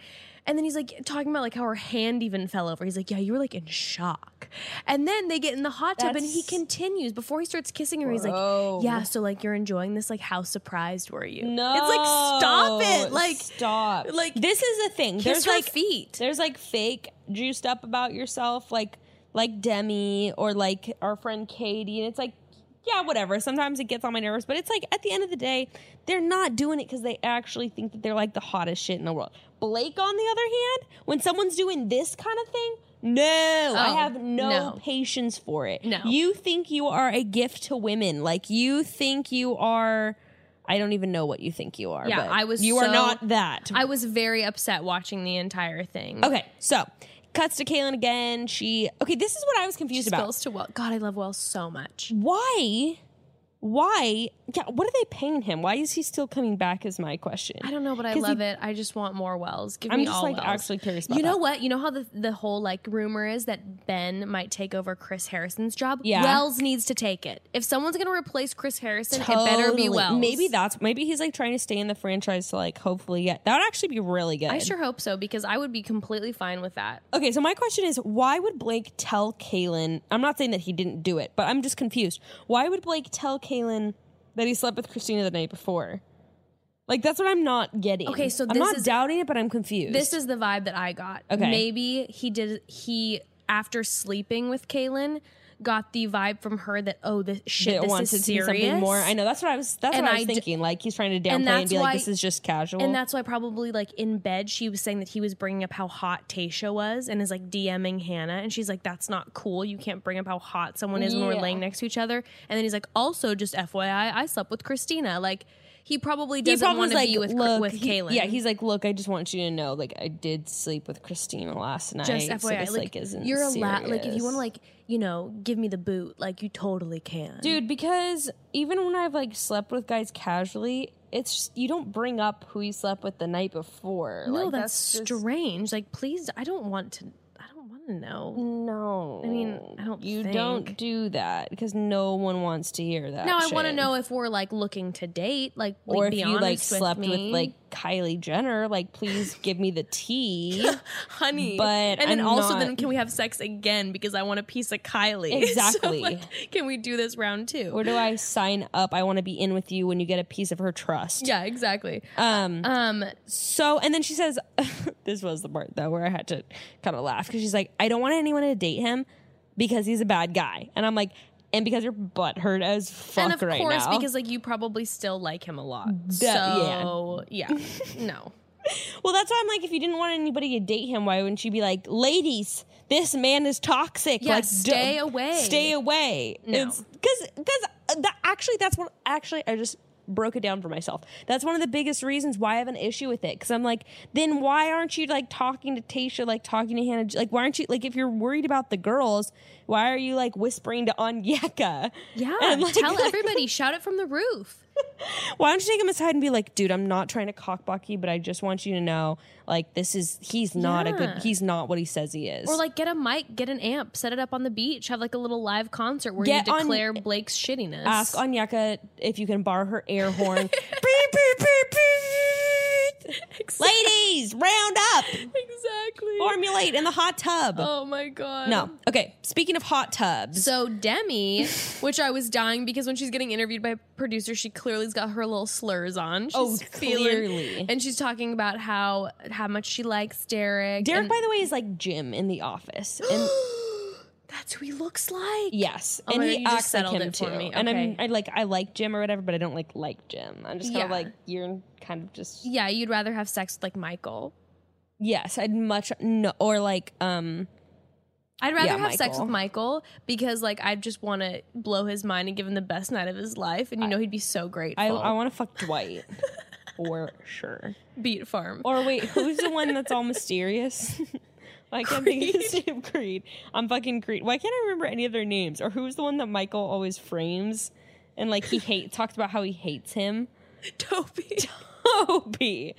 and then he's like talking about like how her hand even fell over. He's like, yeah, you were like in shock. And then they get in the hot tub, and he That's- continues before he starts kissing her. He's Whoa. like, yeah, so like you're enjoying this. Like, how surprised were you? No, it's like stop it. Like, stop. like, this is the thing. kiss There's her like feet. There's like fake juiced up about yourself, like like Demi or like our friend Katie, and it's like, yeah, whatever. Sometimes it gets on my nerves, but it's like at the end of the day, they're not doing it because they actually think that they're like the hottest shit in the world. Blake, on the other hand, when someone's doing this kind of thing. No, Oh, I have no, no. patience for it. No. You think you are a gift to women. Like you think you are I don't even know what you think you are. Yeah, but I was you are so- not that. I was very upset watching the entire thing. Okay, so cuts to Kaylin again. She okay. This is what I was confused about. Spills to well. God, I love Wells so much. Why? Why? Yeah. What are they paying him? Why is he still coming back? Is my question. I don't know, but I 'Cause he- love it. I just want more Wells. Give I'm me just, all like, Wells. actually curious about you know that. what? You know how the the whole like rumor is that Ben might take over Chris Harrison's job. Yeah. Wells needs to take it. If someone's gonna replace Chris Harrison, it better be Totally. Wells. Maybe that's maybe he's like trying to stay in the franchise to like hopefully get that would actually be really good. I sure hope so because I would be completely fine with that. Okay, so my question is why would Blake tell Kaylin? I'm not saying that he didn't do it, but I'm just confused. Why would Blake tell Kaylin that he slept with Christina the night before? Like that's what I'm not getting. Okay, so I'm this not is- doubting it, but I'm confused. This is the vibe that I got. Okay. Maybe he did. He after sleeping with Kaylin. Got the vibe from her that oh this shit that this wants is to do serious something more. I know that's what I was. That's And what I was I d- thinking. like he's trying to downplay and and, that's be why- like, this is just casual. And that's why probably like in bed she was saying that he was bringing up how hot Tasha was and is like DMing Hannah and she's like that's not cool. You can't bring up how hot someone is when we're Yeah. laying next to each other. And then he's like also just FYI I slept with Christina. Like he probably he doesn't probably want was to like, be with look, with he- Kaylin. yeah, he's like, look, I just want you to know, like, I did sleep with Christina last night. just so FYI this, like, like, isn't you're allowed like if you want serious. to like you know give me the boot like you totally can. dude because even when i've like slept with guys casually it's just, you don't bring up who you slept with the night before no, like that's, just- strange. Like please I don't want to I don't want to know. no I mean, I don't you think. don't do that because no one wants to hear that No, I want want to know if we're like looking to date, like like, or if be you honest like slept with, me. like Kylie Jenner, like please give me the tea. honey, but and then I'm also not- then can we have sex again because I want a piece of Kylie? So, Exactly. like, can we do this round two? Where do I sign up? I want to be in with you when you get a piece of her trust. yeah, exactly. Um. Um, So, and then she says, this was the part though where I had to kind of laugh because she's like, I don't want anyone to date him because he's a bad guy. And I'm like, and because you're butthurt as fuck and of right course, now. because like you probably still like him a lot. yeah. so yeah, no. well, that's why I'm like, if you didn't want anybody to date him, why wouldn't you be like, ladies, this man is toxic. Yeah, like, stay don't- away." uh, Stay away. It's because because actually that's what actually I just broke it down for myself. That's one of the biggest reasons why I have an issue with it. Cause I'm like, then why aren't you like talking to Tasha, like talking to Hannah? Like, why aren't you, like, if you're worried about the girls, why are you like whispering to Onyeka? Yeah, And, like, Tell everybody, shout it from the roof. why don't you take him aside and be like, dude, I'm not trying to cockblock you, but I just want you to know, like, this is, he's not a good, Yeah. he's not what he says he is. Or like get a mic, get an amp, set it up on the beach, have like a little live concert where Get you on- declare Blake's shittiness. ask Onyeka if you can borrow her air horn. beep, beep, beep, beep. Ladies, round up, exactly. formulate in the hot tub. oh my god. No. Okay. Speaking of hot tubs. So Demi, which I was dying because when she's getting interviewed by producer, she clearly's got her little slurs on. She's Oh, feeling- clearly. and she's talking about how how much she likes Derek. Derek, and- by the way, is like Jim in The Office. And that's who he looks like. yes. Oh and my God, he you just acts like settled him it for too. me. And I'm Okay. I like I like Jim or whatever, but I don't like like Jim. I'm just kind of Yeah. like you're kind of just Yeah, you'd rather have sex with like Michael. Yes, I'd much no or like um I'd rather Yeah, have sex Michael. with Michael because like I just want to blow his mind and give him the best night of his life, and you know he'd be so grateful. I I want to fuck Dwight. For sure. Beat Farm. Or wait, who's the one that's all mysterious? Why can't I think of his name? Creed. I'm fucking Creed. Why can't I remember any of their names? Or who's the one that Michael always frames and like he hate talks about how he hates him? Toby. Toby,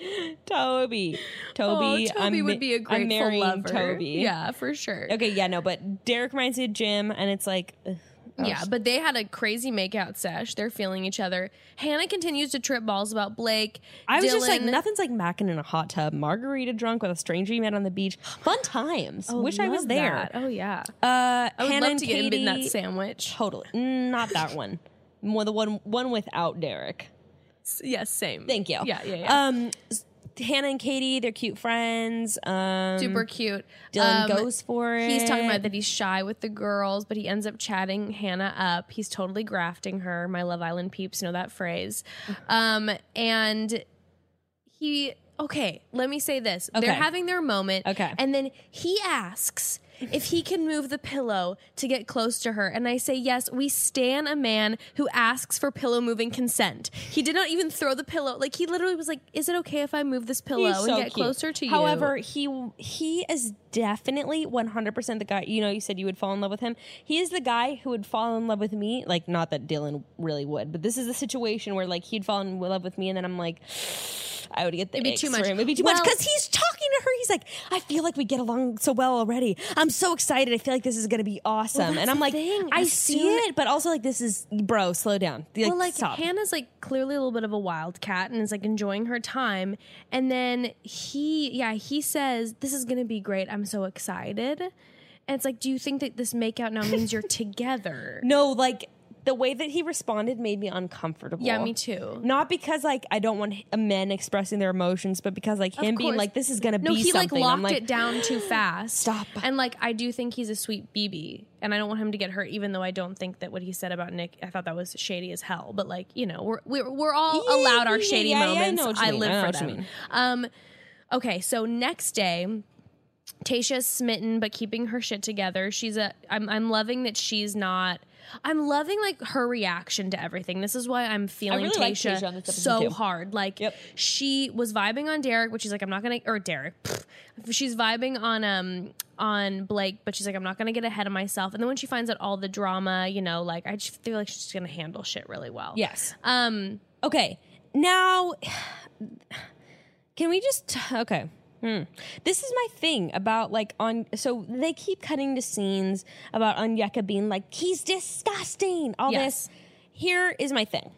Toby, Toby. oh, Toby I'm would be a ma- grateful I'm marrying lover. Toby. Yeah, for sure. Okay. Yeah. No. But Derek reminds me of Jim, and it's like, ugh, oh, Yeah, but they had a crazy makeout sesh. They're feeling each other. Hannah continues to trip balls about Blake. I was just like, Dylan- nothing's like macking in a hot tub, margarita drunk with a stranger you met on the beach. Fun times. Oh, Wish I was love there. that. Oh yeah, Uh, I would Hannah love and to Katie. get him in that sandwich. Totally. Not that one. More the one one without Derek. Yes, same. Thank you. Yeah, yeah, yeah. Um, s- Hannah and Katie, they're cute friends. Um, Super cute. Dylan Um, goes for it. He's talking about that he's shy with the girls, but he ends up chatting Hannah up. He's totally grafting her. My Love Island peeps know that phrase. Mm-hmm. Um, and he, okay, let me say this. They're Okay. having their moment. Okay. And then he asks if he can move the pillow to get close to her. And I say, yes, we stan a man who asks for pillow moving consent. He did not even throw the pillow. Like, he literally was like, is it okay if I move this pillow He's and so get cute. closer to you? However, he he is definitely 100% the guy. You know, you said you would fall in love with him. He is the guy who would fall in love with me. Like not that Dylan really would, but this is a situation where like he'd fall in love with me and then I'm like I would get the It'd be too icks much. for him. It'd be too much Well- cuz he's talking to her. He's like, "I feel like we get along so well already. I'm so excited. I feel like this is going to be awesome." that's and I'm the like, thing. "I As see soon- it, but also like this is bro, slow down." Like, well, like stop. Hannah's like clearly a little bit of a wildcat and is like enjoying her time. And then he, yeah, he says, "This is gonna be great. I'm so excited." And it's like, do you think that this makeout now means you're together? no, like the way that he responded made me uncomfortable. Yeah, me too. not because like I don't want h- men expressing their emotions, but because like him being course. like this is gonna No, be he like something. locked I'm like it down too fast. Stop. And like, I do think he's a sweet BB, and I don't want him to get hurt. Even though I don't think that what he said about Nick, I thought that was shady as hell. But like, you know, we're we're, we're all Yeah, allowed our yeah, shady yeah, yeah, I moments. know what you I, mean. live I know for what you them. mean. Um, okay, so next day. Tasha is smitten but keeping her shit together. She's a I'm I'm loving that she's not I'm loving like her reaction to everything. This is why I'm feeling really like Tasha, Tayshia on this episode, so too. hard. Like Yep. she was vibing on Derek, but she's like I'm not going to or Derek. pff. she's vibing on um on Blake, but she's like I'm not going to get ahead of myself. And then when she finds out all the drama, you know, like I just feel like she's going to handle shit really well. yes. Um Okay, now can we just okay? Hmm. This is my thing about like on. So they keep cutting to scenes about Onyeka being like he's disgusting. All Yes. this. Here is my thing.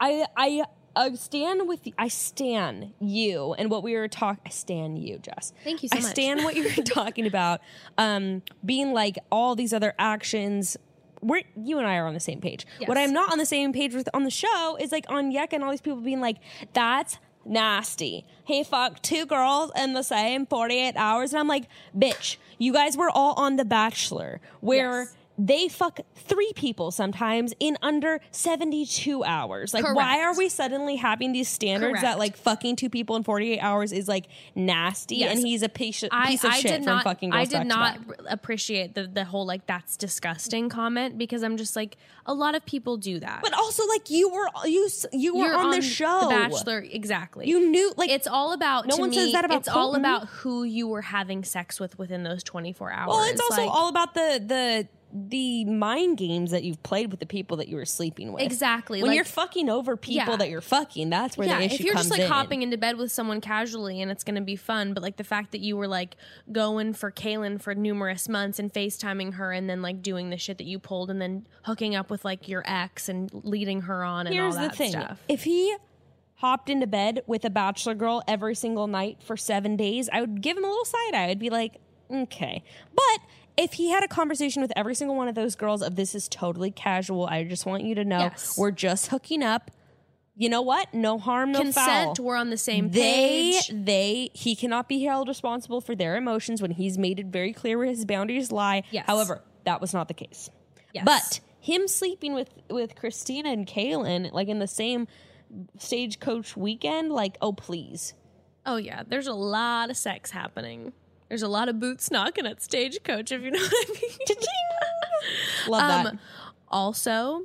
I I I stand with I stand you and what we were talking. I stand you, Jess. Thank you so I much. stand what you were talking about. Um, being like all these other actions. We're you and I are on the same page. What Yes. I'm not on the same page with on the show is like on Yek and all these people being like, "That's nasty." He fucked two girls in the same 48 hours, and I'm like, "Bitch, you guys were all on The Bachelor, where." Yes. They fuck three people sometimes in under 72 hours. Like, why Correct. are we suddenly having these standards that, Correct. like, fucking two people in 48 hours is, like, nasty Yes. and he's a piece, piece I, of I shit did from not. fucking I Girls did Back to not Back. r- appreciate the the whole like that's disgusting comment because I'm just like a lot of people do that. But also, like, you were, you, s- you were You're on, the show. The Bachelor, exactly. You knew, like, it's all about. No to one me, says that about It's all Colton. about who you were having sex with within those 24 hours. Well, it's also Like, all about the the the mind games that you've played with the people that you were sleeping with. Exactly, When like- you're fucking over people Yeah. that you're fucking, that's where yeah. the issue If you're comes just like in. hopping into bed with someone casually and it's going to be fun, but like the fact that you were like going for Kaylin for numerous months and FaceTiming her and then like doing the shit that you pulled and then hooking up with like your ex and leading her on and Here's all the that thing: stuff. if he hopped into bed with a bachelor girl every single night for seven days, I would give him a little side eye. I'd be like, okay, but. If he had a conversation with every single one of those girls of this is totally casual, I just want you to know Yes. we're just hooking up. You know what? No harm, no foul. Consent. We're on the same they page. they he cannot be held responsible for their emotions when he's made it very clear where his boundaries lie Yes. however that was not the case Yes. but him sleeping with with christina and kaylin like in the same stagecoach weekend like oh please Oh yeah, there's a lot of sex happening. There's a lot of boots knocking at stagecoach, if you know what I mean. love that Um, also,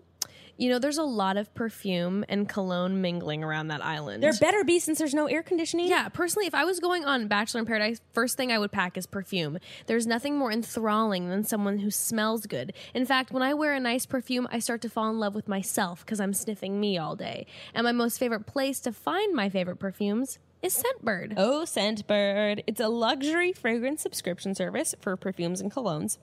you know, there's a lot of perfume and cologne mingling around that island. there better be since there's no air conditioning yeah, personally, if I was going on Bachelor in Paradise, first thing I would pack is perfume. There's nothing more enthralling than someone who smells good. In fact, when I wear a nice perfume, I start to fall in love with myself because I'm sniffing me all day. And my most favorite place to find my favorite perfumes is Scentbird. Oh, Scentbird. It's a luxury fragrance subscription service for perfumes and colognes.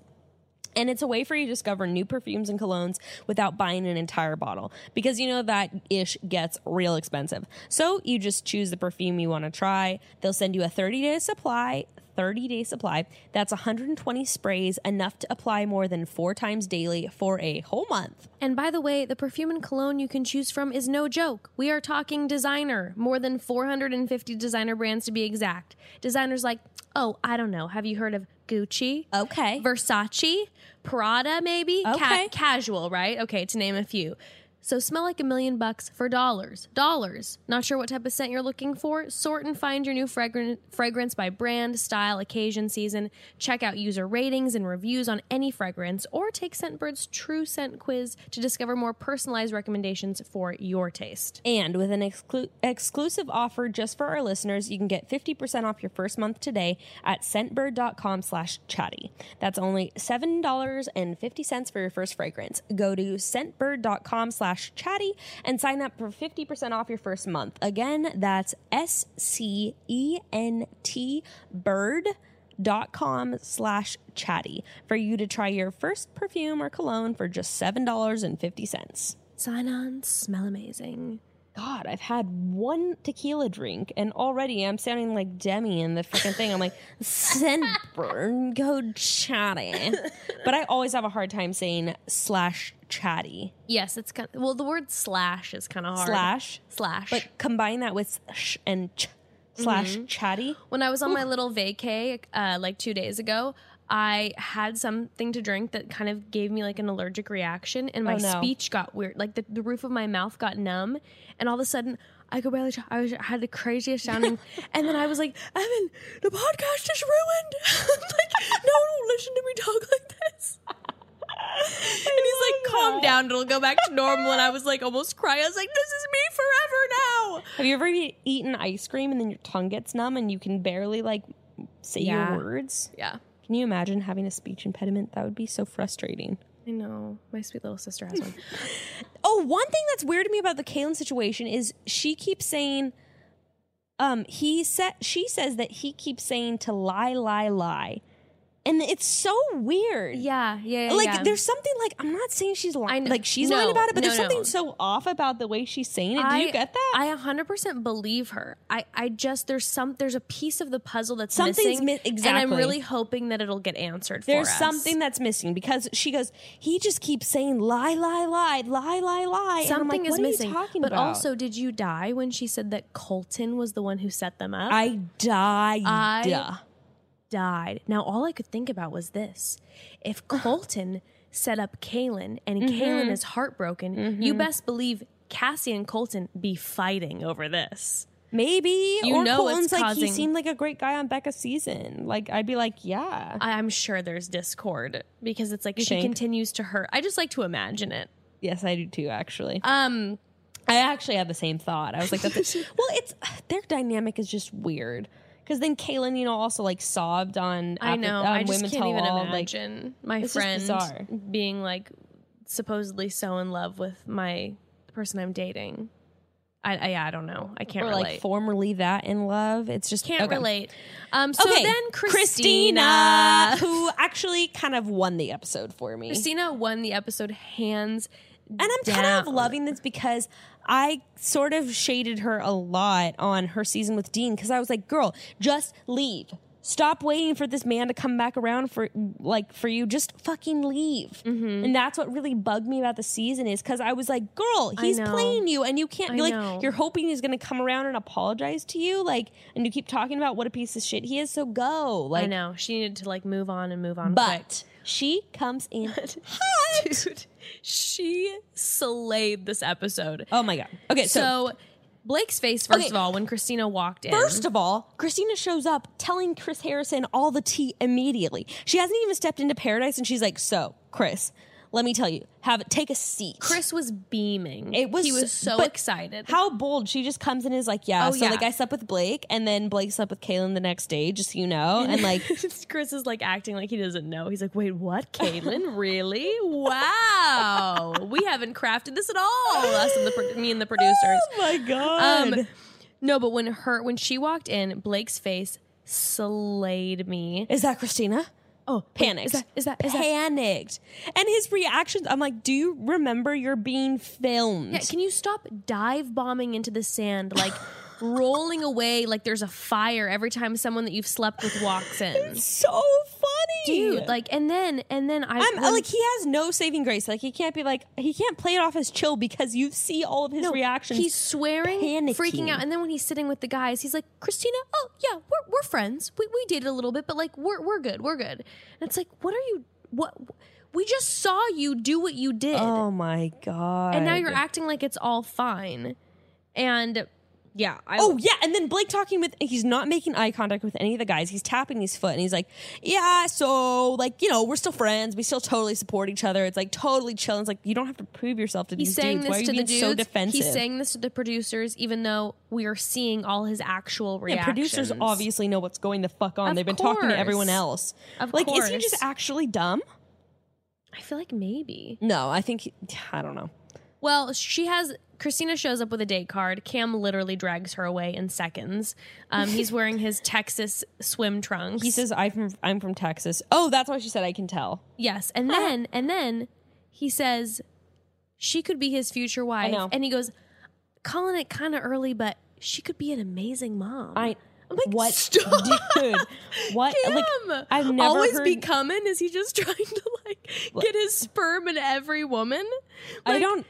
And it's a way for you to discover new perfumes and colognes without buying an entire bottle because you know that ish gets real expensive. So you just choose the perfume you want to try. They'll send you a 30 day supply, 30 day supply. That's 120 sprays, enough to apply more than four times daily for a whole month. And by the way, the perfume and cologne you can choose from is no joke. We are talking designer, more than 450 designer brands to be exact. Designers like, oh, I don't know, have you heard of Gucci? Okay. Versace, Prada, maybe? Ca- Okay. casual, right? Okay, to name a few. So smell like a million bucks for dollars. Dollars. Not sure what type of scent you're looking for? Sort and find your new fragran- fragrance by brand, style, occasion, season. Check out user ratings and reviews on any fragrance or take Scentbird's True Scent Quiz to discover more personalized recommendations for your taste. And with an exclu- exclusive offer just for our listeners, you can get 50% off your first month today at scentbird.com slash chatty. That's only $7.50 for your first fragrance. Go to scentbird.com slash chatty and sign up for 50% off your first month. Again, that's S-C-E-N-T bird dot com slash chatty for you to try your first perfume or cologne for just $7.50. Sign on, smell amazing. God, I've had one tequila drink and already I'm sounding like Demi in the freaking thing. I'm like, Scentburn, go chatty. But I always have a hard time saying slash chatty. Yes, it's kind of, well, the word slash is kind of hard. Slash. Slash. But combine that with sh and ch Mm-hmm. slash chatty. When I was on my little vacay, uh, like two days ago, I had something to drink that kind of gave me like an allergic reaction, and my Oh, no. speech got weird. Like the, the roof of my mouth got numb, and all of a sudden, I could barely. Talk. I was I had the craziest sounding, and then I was like, "Evan, the podcast is ruined." I'm like, no, don't listen to me talk like this. and he's like, "Calm down, it'll go back to normal." And I was like, almost crying. I was like, "This is me forever now." Have you ever e- eaten ice cream and then your tongue gets numb and you can barely like say Yeah. your words? Yeah. Can you imagine having a speech impediment? That would be so frustrating. I know. My sweet little sister has one. Oh, one thing that's weird to me about the Kalen situation is she keeps saying, um, he said she says that he keeps saying to lie, lie, lie, and it's so weird. Yeah, yeah, yeah. Like yeah. there's something like I'm not saying she's I lying, know. like she's No, lying about it, but no, there's no. something so off about the way she's saying it. Do you get that? I 100% believe her. I, I just there's some there's a piece of the puzzle that's Something's missing, mi- And exactly. I'm really hoping that it'll get answered. for there's us. something that's missing because she goes, he just keeps saying lie, lie, lie, lie, lie, lie. and I'm something like, is what missing. Are you talking but about? also, did you die when she said that Colton was the one who set them up? I died. I- died. Now all I could think about was this: if Colton set up Kalen, and Mm-hmm. Kalen is heartbroken, you best believe Cassie and Colton be fighting over this. Maybe You or know it's Colton's like he causing- seemed like a great guy on Becca's season. Like I'd be like, yeah, I- I'm sure there's discord because it's like she think? continues to hurt. I just like to imagine it. yes, I do too. Actually, Um, I actually had the same thought. I was like, that's a- well, it's their dynamic is just weird. Because then Kaylin, you know, also like sobbed on. I app- know. on I just Women can't Tell even All, like, imagine my it's just bizarre. friend being like supposedly so in love with my the person I'm dating. I, I I don't know. I can't or relate. like formerly that in love. It's just can't okay. relate. Um, so okay, then Christina, Christina, who actually kind of won the episode for me. Christina won the episode hands. And I'm kind of loving this because I sort of shaded her a lot on her season with Dean because I was like, girl, just leave. Stop waiting for this man to come back around for like for you. Just fucking leave. Mm-hmm. And that's what really bugged me about the season is because I was like, girl, he's know. playing you, and you can't. I You're like know. you're hoping he's gonna come around and apologize to you, like, and you keep talking about what a piece of shit he is. So go, like, I know she needed to like move on and move on. but she comes in hot. quick. dude, she slayed this episode. Oh my god. Okay, so so, Blake's face first Okay. of all when Christina walked in. First of all, Christina shows up telling Chris Harrison all the tea immediately. She hasn't even stepped into paradise and she's like, "So, Chris, let me tell you. Have take a seat." Chris was beaming. It was he was so but excited. How bold. She just comes in and is like, "Yeah, Oh, so yeah. like I slept with Blake and then Blake slept with Kaylin the next day, just so you know." And like Chris is like acting like he doesn't know. He's like, "Wait, what, Caitlin? really? Wow, we haven't crafted this at all." Us and the pro- me and the producers. my god. Um, no, but when her when she walked in, Blake's face slayed me. is that Christina? Oh, Panicked. Is that is that is that? panicked? And his reactions, I'm like, "Do you remember you're being filmed?" Yeah, can you stop dive bombing into the sand like rolling away like there's a fire every time someone that you've slept with walks in? so funny. Dude, like and then and then I I'm when- like he has no saving grace. Like he can't be like he can't play it off as chill because you see all of his reactions. He's swearing, panicking. freaking out, and then when he's sitting with the guys, he's like, "Christina, oh yeah, we're we're friends. We we dated a little bit, but like we're we're good, we're good." And it's like, what are you? What we just saw you do what you did, oh my god! and now you're acting like it's all fine. And yeah, I Oh yeah, and then Blake talking with he's not making eye contact with any of the guys. He's tapping his foot and he's like, "Yeah, so like, you know, we're still friends. We still totally support each other. It's like totally chill. It's like you don't have to prove yourself to he's these saying dudes. Why this are you to being the dudes. so defensive?" He's saying this to the producers, even though we are seeing all his actual Yeah, reactions. producers obviously know what's going the fuck on. Of They've been talking to everyone course. else. Of like, is he just course. actually dumb? I feel like maybe No, I think he, I don't know. Well, she has Christina shows up with a date card. Cam literally drags her away in seconds. Um, he's wearing his Texas swim trunks. He says, "I'm from, I'm from Texas." Oh, that's why she said I can tell. yes, and then and then he says she could be his future wife. know. And he goes, calling it kind of early, but she could be an amazing mom. I I'm like, what, stop. dude? What? Cam! Like, I've never always heard, be coming. Is he just trying to like get his sperm in every woman? I Like, don't.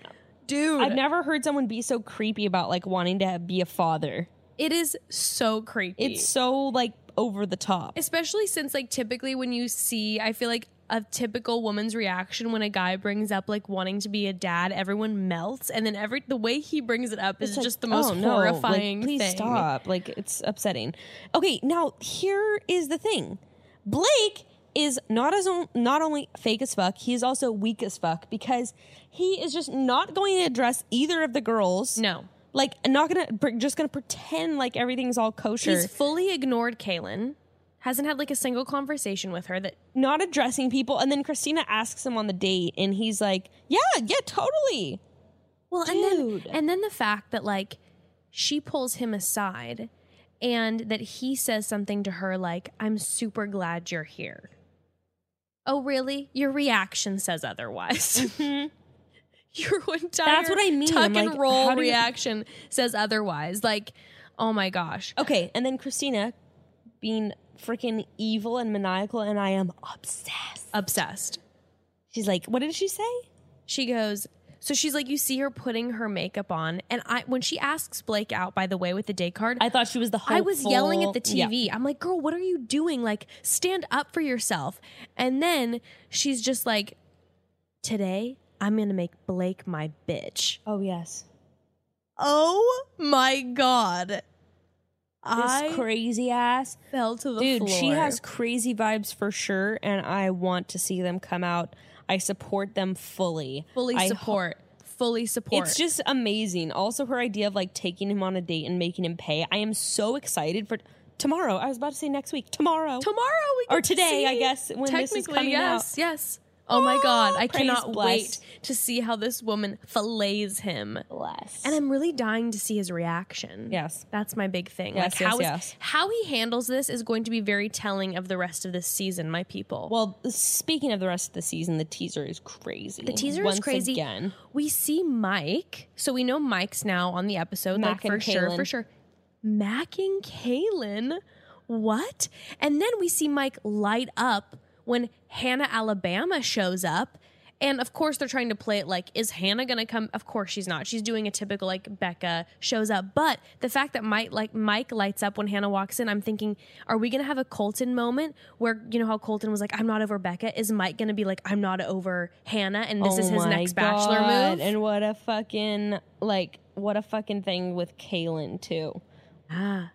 dude. I've never heard someone be so creepy about like wanting to be a father. it is so creepy. It's so like over the top. especially since like typically when you see i feel like a typical woman's reaction when a guy brings up like wanting to be a dad everyone melts and then every the way he brings it up is It's like, just the most oh, no, like, horrifying please thing stop. Like it's upsetting. Okay, now here is the thing. Blake is not as on, not only fake as fuck, he is also weak as fuck because he is just not going to address either of the girls. no Like not gonna pr- just gonna pretend like everything's all kosher. he's fully ignored kaylin hasn't had like a single conversation with her that not addressing people, and then Christina asks him on the date, and he's like, "Yeah, yeah, totally." well and Dude. then and then the fact that like she pulls him aside and that he says something to her like i'm super glad you're here oh really your reaction says otherwise your entire Mm-hmm. That's what I mean. tuck Like, and roll how do you- reaction says otherwise like oh my gosh Okay, and then Christina being freaking evil and maniacal, and I am obsessed. obsessed She's like, what did she say? she goes so she's like you see her putting her makeup on and i when she asks blake out by the way with the day card I thought she was the hopeful. I was yelling at the Yeah. TV. I'm like, girl, what are you doing? Like, stand up for yourself. And then she's just like, Today, I'm going to make Blake my bitch. Oh yes. Oh my God. This I crazy ass. fell to the Dude, floor. she has crazy vibes for sure, and I want to see them come out. I support them fully. fully I ho- support. fully support. It's just amazing. Also, her idea of like taking him on a date and making him pay. I am so excited for tomorrow. I was about to say next week. Tomorrow. tomorrow we Or get to today, see- I guess, when this is Technically, coming Ah, yes, Yes. Oh my god, I praise cannot bless. wait to see how this woman fillets him. Bless. And I'm really dying to see his reaction. Yes. That's my big thing. Yes, like yes, how is- yes. how he handles this is going to be very telling of the rest of this season, my people. well, speaking of the rest of the season, the teaser is crazy. the teaser Once is crazy. again. We see Mike. So we know Mike's now on the episode, Mac like for and sure, Kalen. for sure. Mac and Kalen. What? And then we see Mike light up when Hannah Alabama shows up. And of course, they're trying to play it like, is Hannah gonna come? Of course, she's not. She's doing a typical like Becca shows up. But the fact that Mike like Mike lights up when Hannah walks in, I'm thinking, are we gonna have a Colton moment where you know how Colton was like, I'm not over Becca? Is Mike gonna be like, I'm not over Hannah, and this is Oh his my next bachelor God, move? And what a fucking like what a fucking thing with Kaylin too. Ah.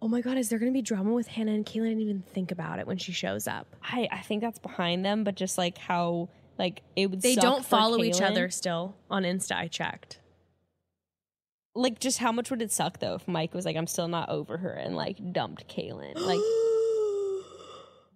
oh my god, is there gonna be drama with Hannah and Kayla? I didn't even think about it when she shows up. I I think that's behind them, but just like how like it would They suck don't for follow each Kaylin. other still on Insta, I checked. Like just how much would it suck though if Mike was like I'm still not over her and like dumped Kaylin. Like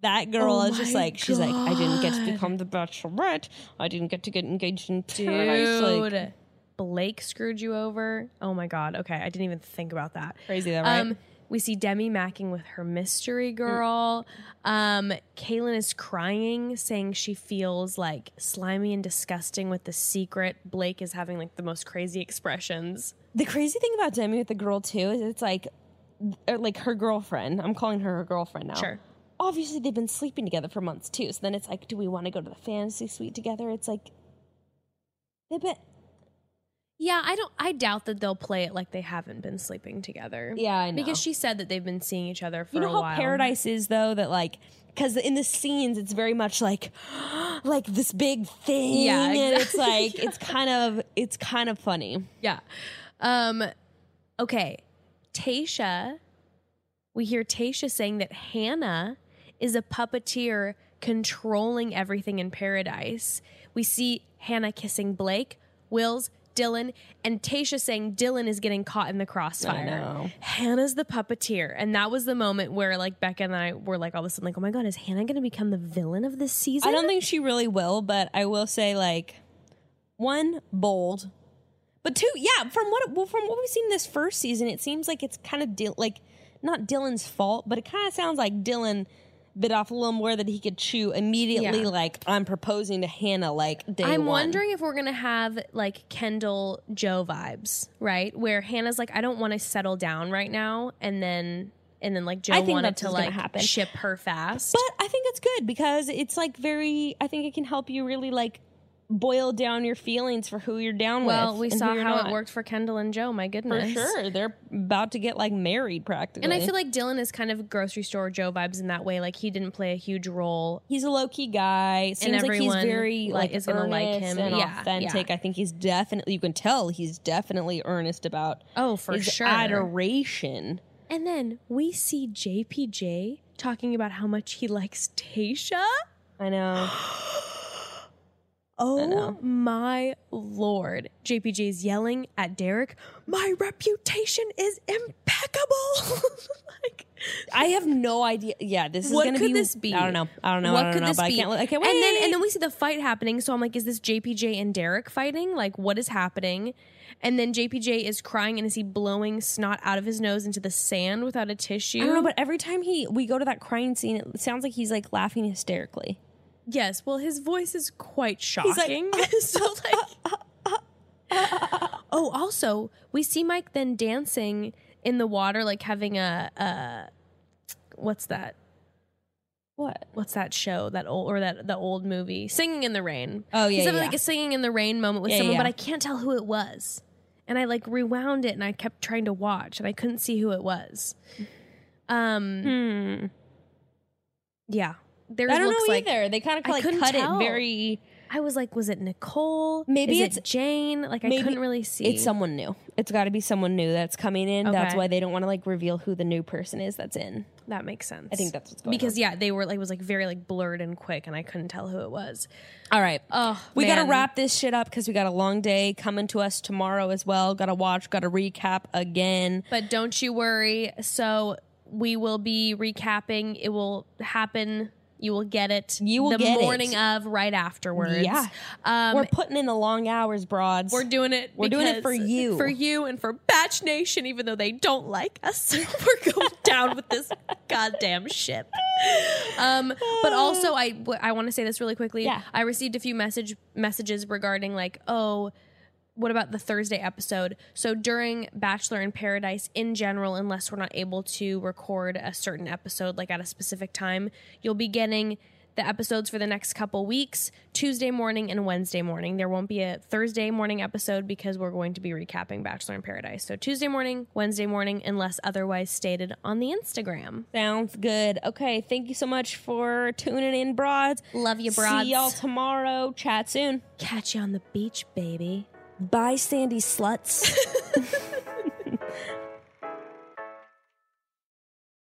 that girl Oh is just my like she's like I didn't get to God. become the bachelorette. I didn't get to get engaged in paradise. Dude. Like Blake screwed you over. Oh my god. Okay, I didn't even think about that. crazy that right? Mm. Um, we see Demi macking with her mystery girl. Um, Kaylin is crying, saying she feels like slimy and disgusting with the secret. Blake is having like the most crazy expressions. the crazy thing about Demi with the girl too is it's like or like her girlfriend. I'm calling her her girlfriend now. Sure. Obviously, they've been sleeping together for months too. So then it's like, do we want to go to the fantasy suite together? It's like, they've been. Yeah, I don't. I doubt that they'll play it like they haven't been sleeping together. Yeah, I know. because she said that they've been seeing each other for you know a how while. paradise is though that like because in the scenes it's very much like like this big thing Yeah, and it's exactly. like it's kind of it's kind of funny Yeah. Um. Okay, Tasha. We hear Tasha saying that Hannah is a puppeteer controlling everything in paradise. We see Hannah kissing Blake, Wills, Dylan, and Tasha saying Dylan is getting caught in the crossfire. know. Hannah's the puppeteer. And that was the moment where like Becca and I were like all of a sudden like, oh my god, is Hannah gonna become the villain of this season? i don't think she really will but i will say like one bold but two yeah from what well, from what we've seen this first season it seems like it's kind of Dil- like not dylan's fault but it kind of sounds like dylan bit off a little more that he could chew immediately Yeah. like i'm proposing to hannah like day I'm one. wondering if we're gonna have like Kendall Joe vibes, right? Where Hannah's like, I don't want to settle down right now, and then and then like Joe I think wanted that's to what's gonna like happen. ship her fast. But I think it's good because it's like very. I think it can help you really like boil down your feelings for who you're down well, with. we and who saw you're how not. it worked for Kendall and Joe. My for goodness, sure. They're about to get like married practically, And I feel like Dylan is kind of grocery store Joe vibes in that way. Like he didn't play a huge role. he's a low key guy. Seems like he's everyone, very like, like, is gonna like earnest him. and Yeah, authentic. yeah. I think he's definitely. You can tell he's definitely earnest about Oh, for his sure. adoration. And then we see JPJ talking about how much he likes Tasha. I know. Oh know. my lord. JPJ's yelling at Derek, my reputation is impeccable. like I have no idea. Yeah, this is What gonna could be. this be? I don't know. I don't know. I what don't could know. this but be? I can't. I can't wait. And then and then we see the fight happening. So I'm like, is this JPJ and Derek fighting? Like what is happening? And then JPJ is crying and is he blowing snot out of his nose into the sand without a tissue? I don't know, but every time he we go to that crying scene, it sounds like he's like laughing hysterically. Yes, well, his voice is quite like, "Oh." shocking. so like, oh, also, we see Mike then dancing in the water, like having a, a what's that? What? What's that show? That old or that the old movie, Singing in the Rain. Oh, yeah, He's having yeah. like a Singing in the Rain moment with Yeah, someone, yeah. but I can't tell who it was. And I like rewound it, and I kept trying to watch, and I couldn't see who it was. Um, Hmm. yeah. theirs I don't looks know like. either. They kind of I like couldn't cut tell. it very. I was like, was it Nicole? Maybe Is it Jane. Like I maybe couldn't really see. It's someone new. It's got to be someone new that's coming in. That's Okay. why they don't want to like reveal who the new person is that's in. that makes sense. I think that's what's going because on. yeah, they were like it was like very like blurred and quick, and I couldn't tell who it was. All right. Oh, Uh, we got to man. wrap this shit up because we got a long day coming to us tomorrow as well. Got to watch, got to recap again. But don't you worry. So we will be recapping. It will happen. You will get it. You will the get it. morning of right afterwards. Yeah. Um, we're putting in the long hours, broads. We're doing it. We're doing it for because- you. for you, and for Batch Nation. Even though they don't like us, we're going down with this goddamn ship. Um, but also, I w- I want to say this really quickly. Yeah. I received a few message messages regarding like, oh, what about the Thursday episode? So during Bachelor in Paradise in general, unless we're not able to record a certain episode like at a specific time, you'll be getting the episodes for the next couple weeks, Tuesday morning and Wednesday morning. There won't be a Thursday morning episode because we're going to be recapping Bachelor in Paradise. So Tuesday morning, Wednesday morning, unless otherwise stated on the Instagram. Sounds good. Okay. Thank you so much for tuning in, broads. Love you, See y'all tomorrow. Chat soon. Catch you on the beach, baby. Bye, Sandy Sluts.